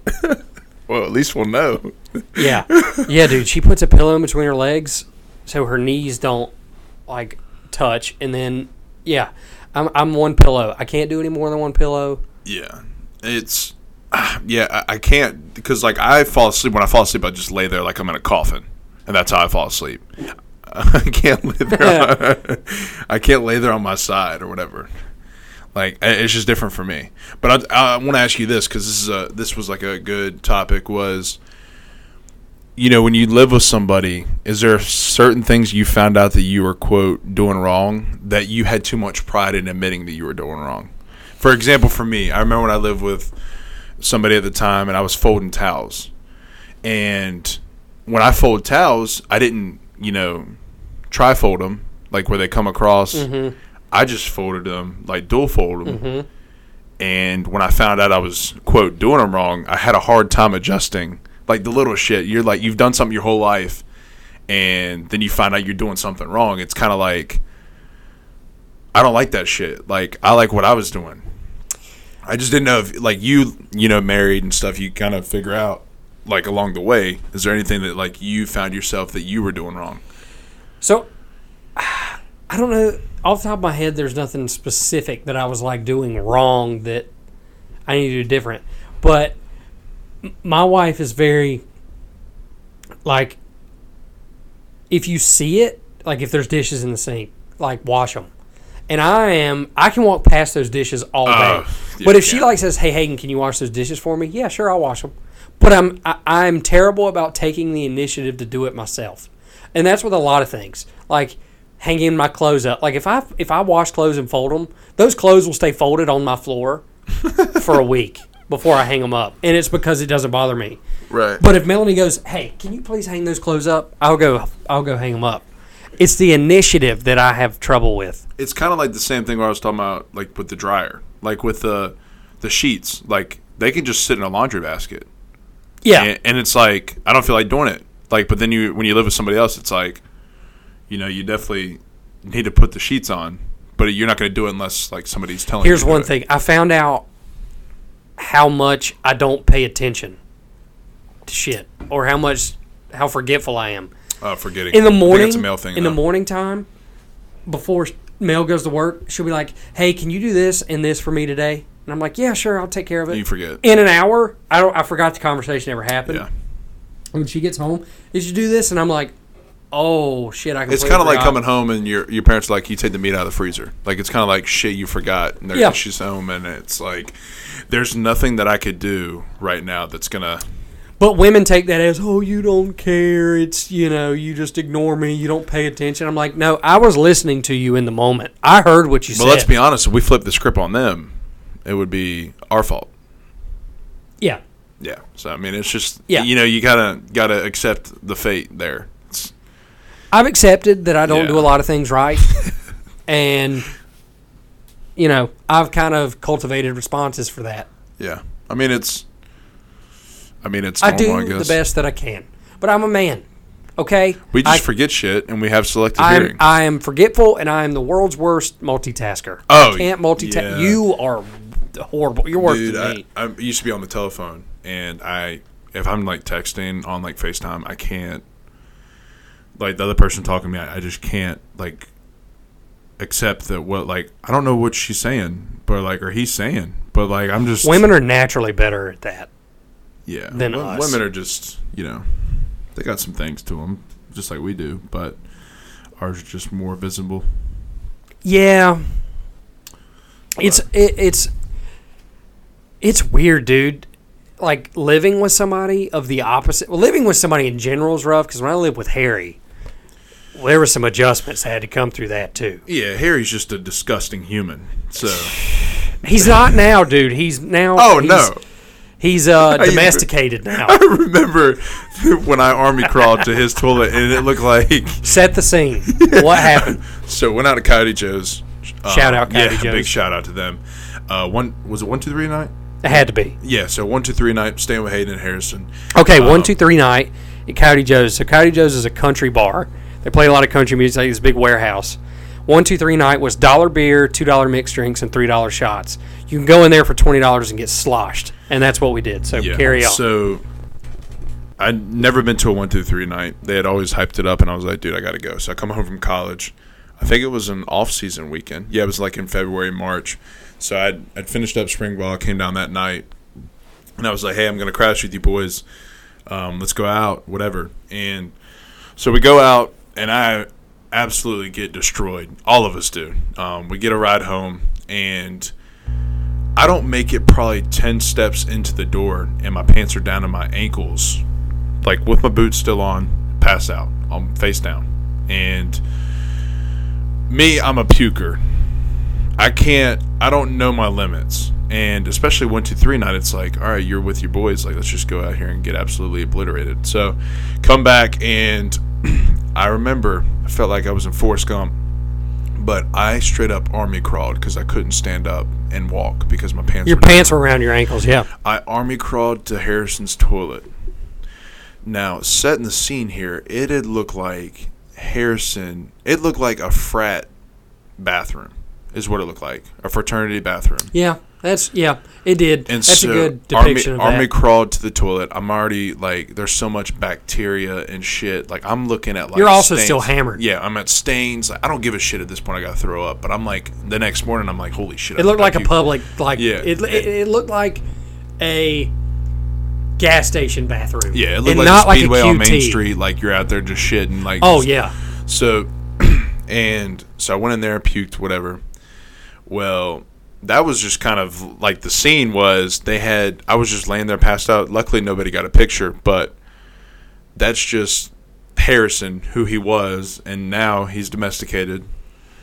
[SPEAKER 2] Well, at least we'll know.
[SPEAKER 1] Yeah, yeah, dude. She puts a pillow in between her legs, so her knees don't like touch. And then yeah, I'm I'm one pillow. I can't do any more than one pillow.
[SPEAKER 2] Yeah, it's ah, yeah. I, I can't because like I fall asleep. When I fall asleep, I just lay there like I'm in a coffin, and that's how I fall asleep. I can't lay there. On, I can't lay there on my side or whatever. Like i- it's just different for me. But I, I want to ask you this because this is a this was like a good topic was. You know, when you live with somebody, is there certain things you found out that you were quote doing wrong that you had too much pride in admitting that you were doing wrong? For example, for me, I remember when I lived with somebody at the time and I was folding towels. And when I fold towels, I didn't, you know, trifold them like where they come across. I just folded them like dual fold them. And when I found out I was quote doing them wrong, I had a hard time adjusting. Like the little shit, you're like you've done something your whole life, and then you find out you're doing something wrong. It's kind of like I don't like that shit. Like I like what I was doing. I just didn't know if like you you know married and stuff. You kind of figure out like along the way. Is there anything that like you found yourself that you were doing wrong?
[SPEAKER 1] So I don't know. Off the top of my head, there's nothing specific that I was like doing wrong that I need to do different. But m- my wife is very like if you see it, like if there's dishes in the sink, like wash them. And I am I can walk past those dishes all day.
[SPEAKER 2] Oh,
[SPEAKER 1] but
[SPEAKER 2] yeah,
[SPEAKER 1] if she
[SPEAKER 2] yeah.
[SPEAKER 1] like says, "Hey Hayden, can you wash those dishes for me?" Yeah, sure, I'll wash them. But I'm I, I'm terrible about taking the initiative to do it myself, and that's with a lot of things like hanging my clothes up. Like if I if I wash clothes and fold them, those clothes will stay folded on my floor for a week before I hang them up, and it's because it doesn't bother me.
[SPEAKER 2] Right.
[SPEAKER 1] But if Melanie goes, "Hey, can you please hang those clothes up?" I'll go. I'll go hang them up. It's the initiative that I have trouble with.
[SPEAKER 2] it's kind of like the same thing where I was talking about, like with the dryer, like with the the sheets, like they can just sit in a laundry basket,
[SPEAKER 1] Yeah,
[SPEAKER 2] and, and it's like I don't feel like doing it. Like, but then you when you live with somebody else, it's like, you know, you definitely need to put the sheets on, but you're not going to do it unless like somebody's telling.
[SPEAKER 1] Here's
[SPEAKER 2] you to
[SPEAKER 1] one
[SPEAKER 2] do it.
[SPEAKER 1] thing I found out how much I don't pay attention to shit, or how much how forgetful I am
[SPEAKER 2] Uh, forgetting
[SPEAKER 1] in the
[SPEAKER 2] I think
[SPEAKER 1] morning.
[SPEAKER 2] It's a male thing. Oh,
[SPEAKER 1] in
[SPEAKER 2] though.
[SPEAKER 1] the morning time, before Mel goes to work, she'll be like, "Hey, can you do this and this for me today?" And I'm like, "Yeah, sure, I'll take care of it."
[SPEAKER 2] You forget.
[SPEAKER 1] in an hour. I don't. I forgot the conversation ever happened.
[SPEAKER 2] yeah.
[SPEAKER 1] When she gets home, did you do this? And I'm like, "Oh shit, I."
[SPEAKER 2] It's
[SPEAKER 1] completely
[SPEAKER 2] kind of like
[SPEAKER 1] forgot."
[SPEAKER 2] coming home and your your parents are like you take the meat out of the freezer. Like it's kind of like shit you forgot. And they're-
[SPEAKER 1] Yeah.
[SPEAKER 2] she's home and it's like there's nothing that I could do right now that's gonna.
[SPEAKER 1] But women take that as, oh, you don't care. It's, you know, you just ignore me. You don't pay attention. I'm like, no, I was listening to you in the moment. I heard what you
[SPEAKER 2] But
[SPEAKER 1] said.
[SPEAKER 2] let's be honest, if we flip the script on them, it would be our fault.
[SPEAKER 1] Yeah.
[SPEAKER 2] Yeah. So I mean, it's just
[SPEAKER 1] Yeah.
[SPEAKER 2] You know, you gotta gotta accept the fate there. It's,
[SPEAKER 1] I've accepted that I don't do
[SPEAKER 2] Yeah.
[SPEAKER 1] a lot of things right. and, you know, I've kind of cultivated responses for that.
[SPEAKER 2] yeah. I mean, it's. I mean, it's.
[SPEAKER 1] I
[SPEAKER 2] Normal, I,
[SPEAKER 1] do
[SPEAKER 2] guess.
[SPEAKER 1] the best that I can. But I'm a man. Okay?
[SPEAKER 2] We just
[SPEAKER 1] I,
[SPEAKER 2] forget shit and we have selective
[SPEAKER 1] I'm,
[SPEAKER 2] hearing.
[SPEAKER 1] I am forgetful and I am the world's worst multitasker.
[SPEAKER 2] Oh,
[SPEAKER 1] I can't multitask.
[SPEAKER 2] yeah.
[SPEAKER 1] You are horrible. You're worse
[SPEAKER 2] Dude,
[SPEAKER 1] than
[SPEAKER 2] I,
[SPEAKER 1] me.
[SPEAKER 2] I used to be on the telephone, and I if I'm like texting on like FaceTime, I can't. Like the other person talking to me, I, I just can't like accept that what like I don't know what she's saying, but like or he's saying, but like I'm just
[SPEAKER 1] Women are naturally better at that.
[SPEAKER 2] yeah.
[SPEAKER 1] than
[SPEAKER 2] wo-
[SPEAKER 1] us.
[SPEAKER 2] Women are just you know they got some things to them, just like we do, but ours are just more visible.
[SPEAKER 1] Yeah. It's it, it's it's weird, dude. Like living with somebody of the opposite. Well, living with somebody in general is rough because when I lived with Harry, there were some adjustments that had to come through that too.
[SPEAKER 2] Yeah, Harry's just a disgusting human. So
[SPEAKER 1] He's not now, dude. He's now.
[SPEAKER 2] oh
[SPEAKER 1] he's-
[SPEAKER 2] no.
[SPEAKER 1] he's uh
[SPEAKER 2] you-
[SPEAKER 1] domesticated now.
[SPEAKER 2] I remember when I army crawled to his toilet and it looked like.
[SPEAKER 1] Set the scene. What happened?
[SPEAKER 2] So went out to Coyote Joe's. Uh,
[SPEAKER 1] Shout out Coyote
[SPEAKER 2] yeah, Big
[SPEAKER 1] Joe's.
[SPEAKER 2] shout out to them. Uh, one was it one two three night?
[SPEAKER 1] It had to be.
[SPEAKER 2] Yeah, so one two three night staying with Hayden and Harrison.
[SPEAKER 1] Okay, one, two, three night at Coyote Joe's. So Coyote Joe's is a country bar. They play a lot of country music. Like this big warehouse. One, two, three night was dollar beer, two dollar mixed drinks, and three dollar shots. You can go in there for twenty dollars and get sloshed, and that's what we did. So
[SPEAKER 2] Yeah,
[SPEAKER 1] carry on.
[SPEAKER 2] So I'd never been to a one two three night. They had always hyped it up, and I was like, dude, I gotta go. So I come home from college. I think it was an off season weekend. Yeah, it was like in February, March. So I'd, I'd finished up spring ball, came down that night, and I was like, hey, I'm gonna crash with you boys. Um, let's go out, whatever. And so we go out, and I absolutely get destroyed. All of us do. Um, we get a ride home, and I don't make it probably 10 steps into the door and my pants are down to my ankles, like with my boots still on, pass out. I'm face down. And me, I'm a puker. I can't, I don't know my limits. And especially one, two, three night, it's like, all right, you're with your boys. Like, let's just go out here and get absolutely obliterated. So come back, and I remember I felt like I was in Forrest Gump but I straight up army crawled because I couldn't stand up and walk because my pants.
[SPEAKER 1] Your
[SPEAKER 2] were down.
[SPEAKER 1] pants were around your ankles, yeah.
[SPEAKER 2] I army crawled to Harrison's toilet. Now setting the scene here, it had looked like Harrison. It looked like a frat bathroom, is what it looked like, a fraternity bathroom.
[SPEAKER 1] Yeah, that's yeah. It did.
[SPEAKER 2] And
[SPEAKER 1] that's
[SPEAKER 2] so
[SPEAKER 1] a good
[SPEAKER 2] army,
[SPEAKER 1] depiction of
[SPEAKER 2] army
[SPEAKER 1] that.
[SPEAKER 2] crawled to the toilet. I'm already like, there's so much bacteria and shit. Like I'm looking at like
[SPEAKER 1] You're also still hammered.
[SPEAKER 2] Yeah, I'm at stains. I don't give a shit at this point. I got to throw up. But I'm like the next morning, I'm like, holy shit. I
[SPEAKER 1] It looked like a
[SPEAKER 2] puke.
[SPEAKER 1] public, like
[SPEAKER 2] Yeah.
[SPEAKER 1] It, it, it looked like a gas station bathroom.
[SPEAKER 2] Yeah, it
[SPEAKER 1] and
[SPEAKER 2] looked like
[SPEAKER 1] not
[SPEAKER 2] a speedway
[SPEAKER 1] like a
[SPEAKER 2] on Main
[SPEAKER 1] QT.
[SPEAKER 2] Street. Like you're out there just shitting. Like
[SPEAKER 1] Oh yeah,
[SPEAKER 2] So, and so I went in there, puked, whatever. Well, that was just kind of like the scene was they had, I was just laying there passed out. Luckily, nobody got a picture, but that's just Harrison, who he was, and now he's domesticated.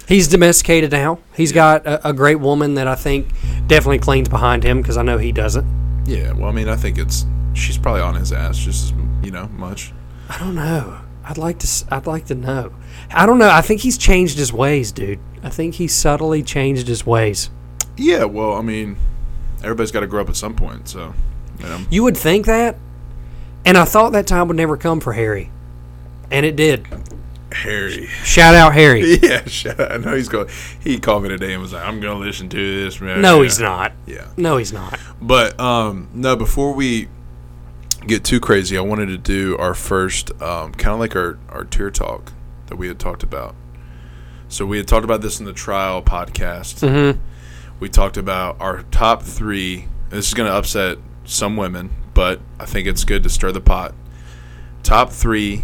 [SPEAKER 1] he's domesticated now. He's got a, a great woman that I think definitely cleans behind him because I know he doesn't.
[SPEAKER 2] Yeah, well, I mean, I think it's, she's probably on his ass just as, you know, much.
[SPEAKER 1] I don't know. I'd like to. s- I'd like to know. I don't know. I think he's changed his ways, dude. I think he subtly changed his ways.
[SPEAKER 2] Yeah, well, I mean, everybody's got to grow up at some point, so, you know.
[SPEAKER 1] You would think that, and I thought that time would never come for Harry, and it did.
[SPEAKER 2] Harry.
[SPEAKER 1] Shout out Harry.
[SPEAKER 2] Yeah, shut up. I know he's going. He called me today and was like, "I'm going to listen to this." Man.
[SPEAKER 1] No, he's not.
[SPEAKER 2] Yeah,
[SPEAKER 1] No, he's not.
[SPEAKER 2] but um, no. Before we get too crazy, I wanted to do our first um, kind of like our our tier talk that we had talked about. So we had talked about this in the trial podcast.
[SPEAKER 1] Mhm.
[SPEAKER 2] We talked about our top three. This is going to upset some women, but I think it's good to stir the pot. Top three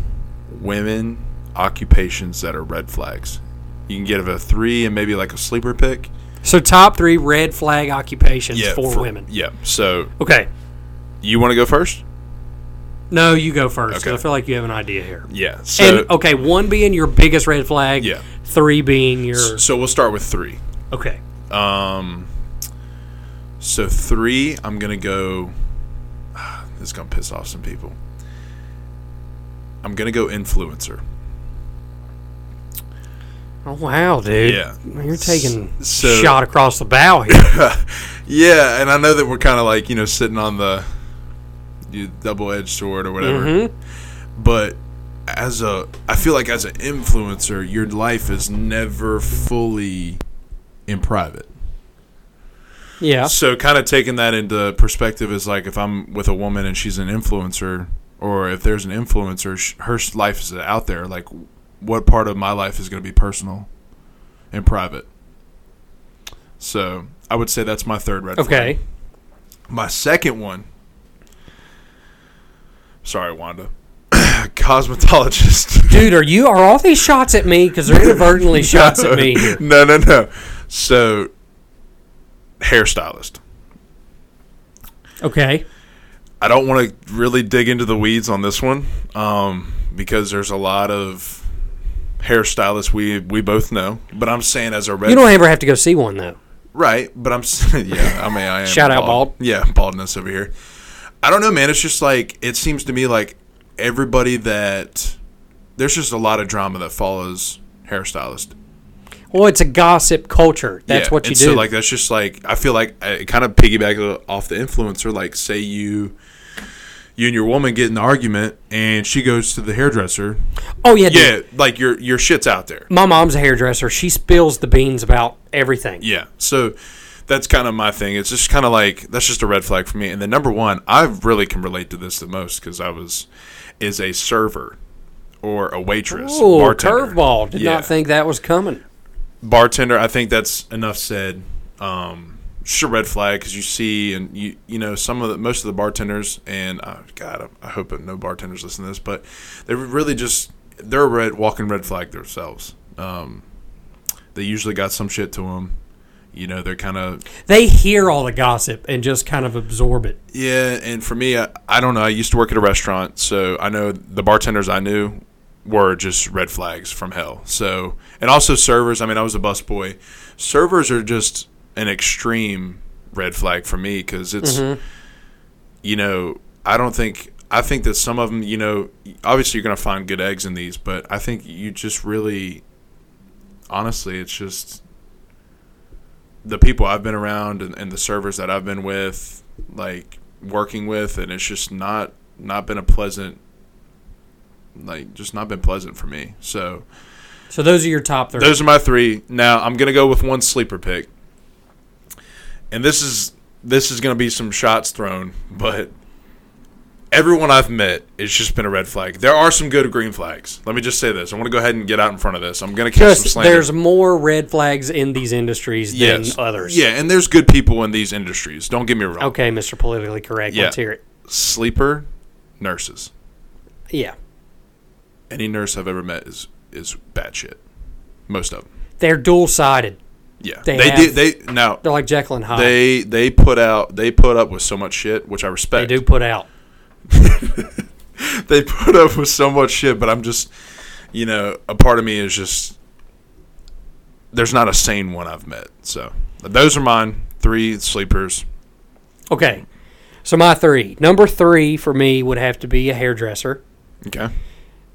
[SPEAKER 2] women occupations that are red flags. You can give it a three and maybe like a sleeper pick.
[SPEAKER 1] So, top three red flag occupations for,
[SPEAKER 2] for-
[SPEAKER 1] women.
[SPEAKER 2] Yeah. So
[SPEAKER 1] Okay.
[SPEAKER 2] you want to go first?
[SPEAKER 1] No, you go first. 'cause
[SPEAKER 2] Okay.
[SPEAKER 1] I feel like you have an idea here.
[SPEAKER 2] Yeah. So
[SPEAKER 1] and okay, one being your biggest red flag.
[SPEAKER 2] Yeah.
[SPEAKER 1] Three being your
[SPEAKER 2] so we'll start with three.
[SPEAKER 1] okay.
[SPEAKER 2] Um. So three, I'm gonna go. This is gonna piss off some people. I'm gonna go influencer.
[SPEAKER 1] Oh wow, dude.
[SPEAKER 2] Yeah.
[SPEAKER 1] Man, You're taking
[SPEAKER 2] S- so-
[SPEAKER 1] shot across the bow here.
[SPEAKER 2] Yeah, and I know that we're kind of like you know sitting on the you double-edged sword or whatever.
[SPEAKER 1] Mhm.
[SPEAKER 2] But as a, I feel like as an influencer, your life is never fully in private.
[SPEAKER 1] Yeah.
[SPEAKER 2] So kind of taking that into perspective is like if I'm with a woman and she's an influencer, or if there's an influencer, sh- her s- life is out there. Like, what part of my life is going to be personal and private? So I would say that's my third red flag.
[SPEAKER 1] Okay.
[SPEAKER 2] My second one. Sorry, Wanda. Cosmetologist.
[SPEAKER 1] Dude, are you are all these shots at me? Because they're inadvertently shots at me here.
[SPEAKER 2] No, no, no. So, hairstylist.
[SPEAKER 1] Okay.
[SPEAKER 2] I don't want to really dig into the weeds on this one um, because there's a lot of hairstylists we we both know. But I'm saying as a red
[SPEAKER 1] You don't ever have to go see one though.
[SPEAKER 2] right, but I'm s- yeah. I mean, I am
[SPEAKER 1] Shout out bald.
[SPEAKER 2] Yeah, baldness over here. I don't know, man. It's just like it seems to me like everybody that there's just a lot of drama that follows hairstylist.
[SPEAKER 1] Well, it's a gossip culture. That's
[SPEAKER 2] Yeah,
[SPEAKER 1] what you
[SPEAKER 2] and
[SPEAKER 1] do.
[SPEAKER 2] So like that's just like I feel like I- it kind of piggybacks off the influencer. Like say you, you and your woman get in an argument, and she goes to the hairdresser.
[SPEAKER 1] oh yeah, dude.
[SPEAKER 2] Yeah, like your your shit's out there.
[SPEAKER 1] My mom's a hairdresser. She spills the beans about everything.
[SPEAKER 2] Yeah, so that's kind of my thing. It's just kind of like that's just a red flag for me. And the number one, I really can relate to this the most because I was is a server or a waitress,
[SPEAKER 1] Oh,
[SPEAKER 2] bartender.
[SPEAKER 1] curveball! Did
[SPEAKER 2] Yeah.
[SPEAKER 1] not think that was coming.
[SPEAKER 2] bartender. I think that's enough said. Um, just a red flag because you see and you you know some of the most of the bartenders and uh, God, I, I hope that no bartenders listen to this, but they were really just they're a red walking red flag themselves. Um, they usually got some shit to them. You know, they're kind of
[SPEAKER 1] They hear all the gossip and just kind of absorb it.
[SPEAKER 2] Yeah, and for me, I, I don't know. I used to work at a restaurant, so I know the bartenders I knew were just red flags from hell. So, and also servers. I mean, I was a busboy. Servers are just an extreme red flag for me because it's, you know, I don't think. I think that some of them, you know, obviously you're going to find good eggs in these, but I think you just really, honestly, it's just the people I've been around and, and the servers that I've been with, like working with, and it's just not not been a pleasant, like just not been pleasant for me. So
[SPEAKER 1] So those are your top three.
[SPEAKER 2] those are my three. Now I'm gonna go with one sleeper pick, and this is this is gonna be some shots thrown, but everyone I've met it's just been a red flag. There are some good green flags. Let me just say this. I want to go ahead and get out in front of this. I'm gonna catch some
[SPEAKER 1] just
[SPEAKER 2] slander.
[SPEAKER 1] there's more red flags in these industries
[SPEAKER 2] Yes.
[SPEAKER 1] than others.
[SPEAKER 2] Yeah, and there's good people in these industries. Don't get me wrong.
[SPEAKER 1] Okay, Mr. Politically Correct.
[SPEAKER 2] Yeah.
[SPEAKER 1] Let's hear it.
[SPEAKER 2] Sleeper nurses.
[SPEAKER 1] Yeah.
[SPEAKER 2] Any nurse I've ever met is is bad shit. Most of them.
[SPEAKER 1] They're dual sided.
[SPEAKER 2] Yeah.
[SPEAKER 1] They
[SPEAKER 2] They,
[SPEAKER 1] have-
[SPEAKER 2] did they now
[SPEAKER 1] They're like Jekyll and Hyde. They,
[SPEAKER 2] they they put out they put up with so much shit, which I respect.
[SPEAKER 1] do put out.
[SPEAKER 2] they put up with so much shit, but I'm just, you know, a part of me is just there's not a sane one I've met. So those are mine. Three sleepers.
[SPEAKER 1] Okay. So my three. Number three for me would have to be a hairdresser.
[SPEAKER 2] Okay,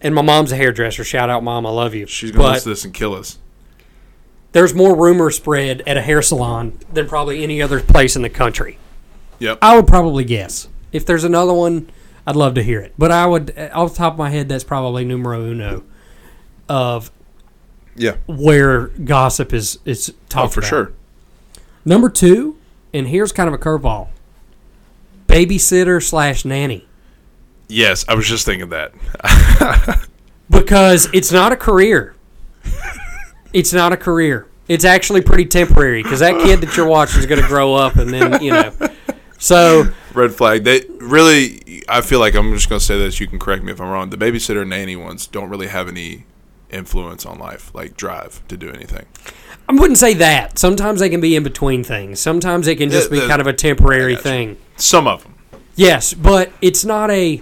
[SPEAKER 1] And my mom's a hairdresser. Shout out, mom. I love you.
[SPEAKER 2] she's gonna
[SPEAKER 1] But
[SPEAKER 2] listen to this and kill us.
[SPEAKER 1] there's more rumor spread at a hair salon than probably any other place in the country.
[SPEAKER 2] Yep.
[SPEAKER 1] I would probably guess. If there's another one, I'd love to hear it. But I would, off the top of my head, that's probably numero uno of
[SPEAKER 2] yeah.
[SPEAKER 1] where gossip is is talked
[SPEAKER 2] Oh, for
[SPEAKER 1] about.
[SPEAKER 2] sure.
[SPEAKER 1] Number two, and here's kind of a curveball: babysitter slash nanny,
[SPEAKER 2] Yes, I was just thinking that.
[SPEAKER 1] because it's not a career. it's not a career. It's actually pretty temporary because that kid that you're watching is going to grow up, and then you know. So
[SPEAKER 2] Red flag. They really. I feel like I'm just gonna say this. You can correct me if I'm wrong. The babysitter and nanny ones don't really have any influence on life, like drive to do anything.
[SPEAKER 1] I wouldn't say that. Sometimes they can be in between things. Sometimes it can just
[SPEAKER 2] Yeah,
[SPEAKER 1] be
[SPEAKER 2] the-
[SPEAKER 1] kind of a temporary
[SPEAKER 2] gotcha.
[SPEAKER 1] thing.
[SPEAKER 2] Some of them.
[SPEAKER 1] Yes, but it's not a.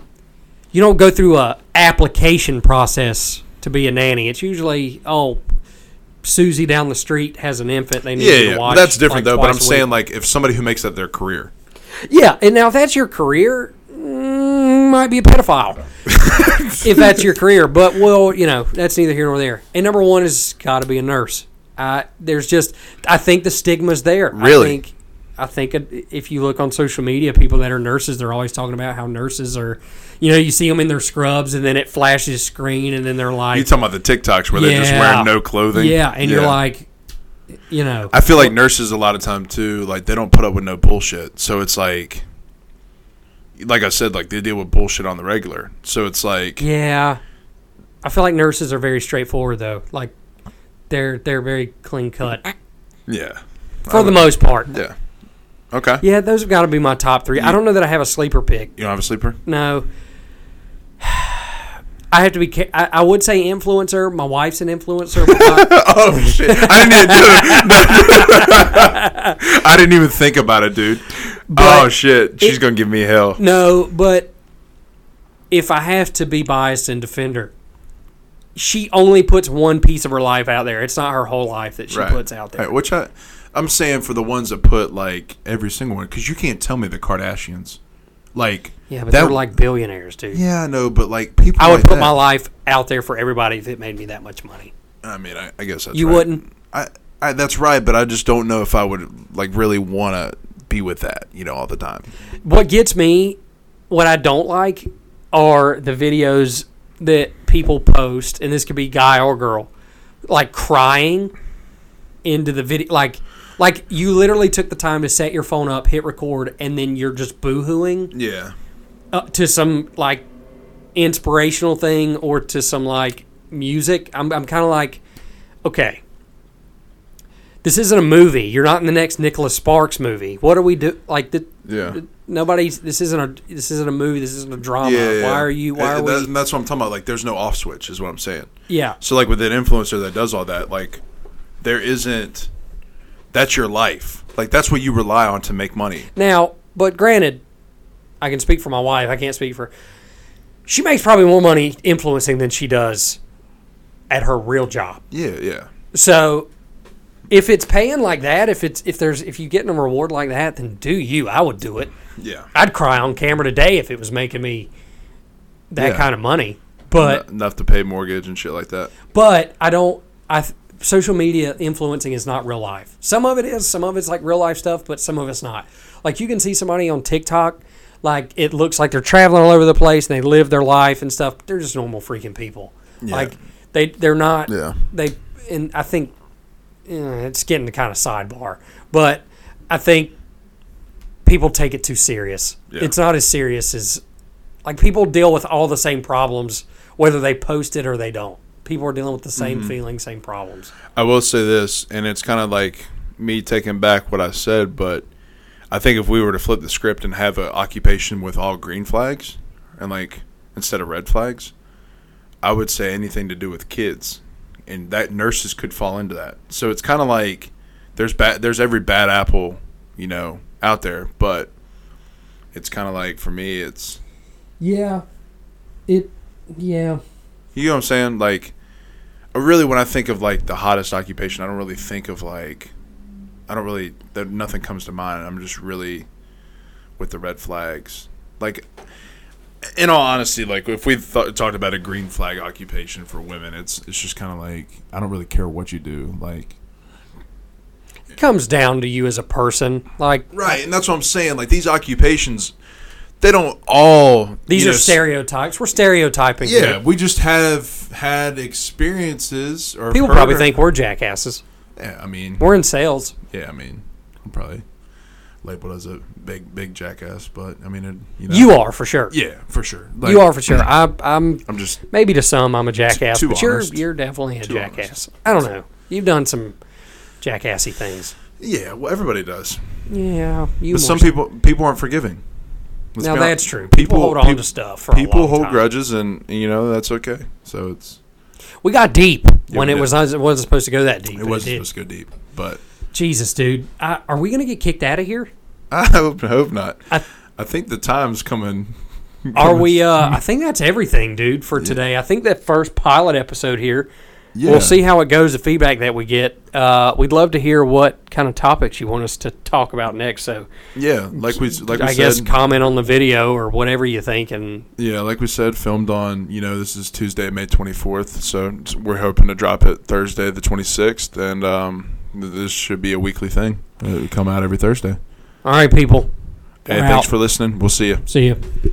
[SPEAKER 1] You don't go through a application process to be a nanny. It's usually oh, Susie down the street has an infant. They need
[SPEAKER 2] Yeah,
[SPEAKER 1] you
[SPEAKER 2] yeah.
[SPEAKER 1] to watch.
[SPEAKER 2] that's
[SPEAKER 1] like,
[SPEAKER 2] different though. But I'm
[SPEAKER 1] twice a week.
[SPEAKER 2] saying like if somebody who makes that their career.
[SPEAKER 1] yeah. And now if that's your career, mm, might be a pedophile if that's your career. But well, you know that's neither here nor there. And number one is got to be a nurse. I there's just I think the stigma's there.
[SPEAKER 2] Really?
[SPEAKER 1] I think, I think it- if you look on social media, people that are nurses, they're always talking about how nurses are. You know, you see them in their scrubs, and then it flashes screen, and then they're
[SPEAKER 2] You
[SPEAKER 1] like,
[SPEAKER 2] talking about the TikToks where they're just
[SPEAKER 1] Yeah.
[SPEAKER 2] wearing no clothing?
[SPEAKER 1] yeah, and you're like, you know,
[SPEAKER 2] I feel like nurses a lot of time too. Like they don't put up with no bullshit. So it's like, like I said, like they deal with bullshit on the regular. So it's like,
[SPEAKER 1] yeah. I feel like nurses are very straightforward though. Like they're they're very clean cut
[SPEAKER 2] yeah,
[SPEAKER 1] for the most part.
[SPEAKER 2] Mm. Oh, yeah. Okay.
[SPEAKER 1] Yeah, those have got to be my top three. I don't know that I have a sleeper pick.
[SPEAKER 2] You don't have a sleeper?
[SPEAKER 1] No. I have to be. ca- I, I would say influencer. My wife's an influencer. But not,
[SPEAKER 2] Oh shit! I didn't even, dude, I didn't even think about it, dude. oh shit! She's
[SPEAKER 1] it-
[SPEAKER 2] gonna give me hell.
[SPEAKER 1] no, but if I have to be biased and defend her, she only puts one piece of her life out there. It's not her whole life that she puts out there.
[SPEAKER 2] Right, which I, I'm saying for the ones that put like every single one, because you can't tell me the Kardashians, like
[SPEAKER 1] yeah, but they're like billionaires, dude.
[SPEAKER 2] yeah, I know, but like people.
[SPEAKER 1] I would
[SPEAKER 2] like
[SPEAKER 1] put
[SPEAKER 2] that-
[SPEAKER 1] my life out there for everybody if it made me that much money.
[SPEAKER 2] I mean, I, I guess that's
[SPEAKER 1] You
[SPEAKER 2] right.
[SPEAKER 1] wouldn't.
[SPEAKER 2] I, I that's right, but I just don't know if I would like really want to be with that, you know, all the time.
[SPEAKER 1] What gets me, what I don't like, are the videos that people post, and this could be guy or girl, like crying into the video, like. Like you literally took the time to set your phone up, hit record, and then you're just boohooing
[SPEAKER 2] Yeah,
[SPEAKER 1] uh, to some like inspirational thing or to some like music. I'm I'm kind of like, okay, this isn't a movie. You're not in the next Nicholas Sparks movie. What are we do? Like the
[SPEAKER 2] yeah.
[SPEAKER 1] nobody's this isn't a this isn't a movie this isn't a drama why are you why are
[SPEAKER 2] And
[SPEAKER 1] we
[SPEAKER 2] that- and that's what I'm talking about. Like, there's no off switch, is what I'm saying.
[SPEAKER 1] yeah
[SPEAKER 2] So, like with an influencer that does all that, like there isn't. That's your life. Like that's what you rely on to make money.
[SPEAKER 1] Now, but granted, I can speak for my wife. I can't speak for. She makes probably more money influencing than she does at her real job.
[SPEAKER 2] Yeah, yeah.
[SPEAKER 1] So, if it's paying like that, if it's if there's if you getting a reward like that, then do you? I would do it.
[SPEAKER 2] Yeah.
[SPEAKER 1] I'd cry on camera today if it was making me that
[SPEAKER 2] Yeah.
[SPEAKER 1] kind of money. But
[SPEAKER 2] En- enough to pay mortgage and shit like that.
[SPEAKER 1] but I don't. I th- social media influencing is not real life. Some of it is. Some of it's like real life stuff, but some of it's not. Like you can see somebody on TikTok, like it looks like they're traveling all over the place and they live their life and stuff. But they're just normal freaking people. Like they they're not.
[SPEAKER 2] Yeah.
[SPEAKER 1] They and I think eh, it's getting to kind of sidebar, but I think people take it too serious.
[SPEAKER 2] Yeah.
[SPEAKER 1] It's not as serious as like people deal with all the same problems whether they post it or they don't. People are dealing with the same
[SPEAKER 2] Mm-hmm.
[SPEAKER 1] feelings, same problems.
[SPEAKER 2] I will say this, and it's kind of like me taking back what I said, but I think if we were to flip the script and have an occupation with all green flags and like instead of red flags, I would say anything to do with kids, and that nurses could fall into that. So it's kind of like there's bad, there's every bad apple, you know, out there, but it's kind of like for me, it's
[SPEAKER 1] Yeah. It yeah.
[SPEAKER 2] You know what I'm saying? Like, I really, when I think of like the hottest occupation, I don't really think of like, I don't really, that nothing comes to mind. I'm just really with the red flags. Like, in all honesty, like if we th- talked about a green flag occupation for women, it's it's just kind of like I don't really care what you do. Like,
[SPEAKER 1] It comes down to you as a person. Like
[SPEAKER 2] right, and that's what I'm saying. Like these occupations, they don't all
[SPEAKER 1] these
[SPEAKER 2] you
[SPEAKER 1] are
[SPEAKER 2] know, s-
[SPEAKER 1] stereotypes. We're stereotyping. here.
[SPEAKER 2] Yeah, we just have had experiences or
[SPEAKER 1] People
[SPEAKER 2] heard
[SPEAKER 1] probably
[SPEAKER 2] or-
[SPEAKER 1] think we're jackasses.
[SPEAKER 2] Yeah, I mean,
[SPEAKER 1] We're in sales.
[SPEAKER 2] Yeah, I mean, I'm probably labeled as a big, big jackass, but I mean, it, you know,
[SPEAKER 1] You are for sure.
[SPEAKER 2] yeah, for sure. Like,
[SPEAKER 1] you are for sure. I, I'm
[SPEAKER 2] I'm just
[SPEAKER 1] maybe to some I'm a jackass,
[SPEAKER 2] too
[SPEAKER 1] but you're
[SPEAKER 2] honest.
[SPEAKER 1] you're definitely a
[SPEAKER 2] Too honest.
[SPEAKER 1] jackass. I don't know. You've done some jackassy things.
[SPEAKER 2] yeah. Well, everybody does,
[SPEAKER 1] Yeah, you. more
[SPEAKER 2] but some
[SPEAKER 1] so.
[SPEAKER 2] people people aren't forgiving. Let's
[SPEAKER 1] Now
[SPEAKER 2] be hon-
[SPEAKER 1] that's true. People, hold on
[SPEAKER 2] peop-
[SPEAKER 1] to stuff. For
[SPEAKER 2] People
[SPEAKER 1] a long
[SPEAKER 2] hold
[SPEAKER 1] time.
[SPEAKER 2] grudges, and you know that's okay. So it's
[SPEAKER 1] We got deep when
[SPEAKER 2] we
[SPEAKER 1] it
[SPEAKER 2] did.
[SPEAKER 1] was it wasn't supposed to go that deep.
[SPEAKER 2] it
[SPEAKER 1] but
[SPEAKER 2] wasn't
[SPEAKER 1] did.
[SPEAKER 2] supposed to go deep, but
[SPEAKER 1] Jesus, dude, I, are we gonna get kicked out of here?
[SPEAKER 2] I hope, hope not.
[SPEAKER 1] I-
[SPEAKER 2] I, think the time's coming.
[SPEAKER 1] Are we? Uh, I think that's everything, dude, for today. I think that first pilot episode here.
[SPEAKER 2] Yeah.
[SPEAKER 1] We'll see how it goes. The feedback that we get, uh, we'd love to hear what kind of topics you want us to talk about next. So,
[SPEAKER 2] Yeah, like we like we
[SPEAKER 1] I
[SPEAKER 2] said,
[SPEAKER 1] guess comment on the video or whatever you think, and
[SPEAKER 2] Yeah, like we said, filmed on, you know, this is Tuesday, May 24th. So it's- we're hoping to drop it Thursday, the 26th. And um, th- this should be a weekly thing. It would come out every Thursday.
[SPEAKER 1] all right, people,
[SPEAKER 2] Hey,
[SPEAKER 1] We're
[SPEAKER 2] thanks
[SPEAKER 1] out.
[SPEAKER 2] for listening. We'll see you.
[SPEAKER 1] see you.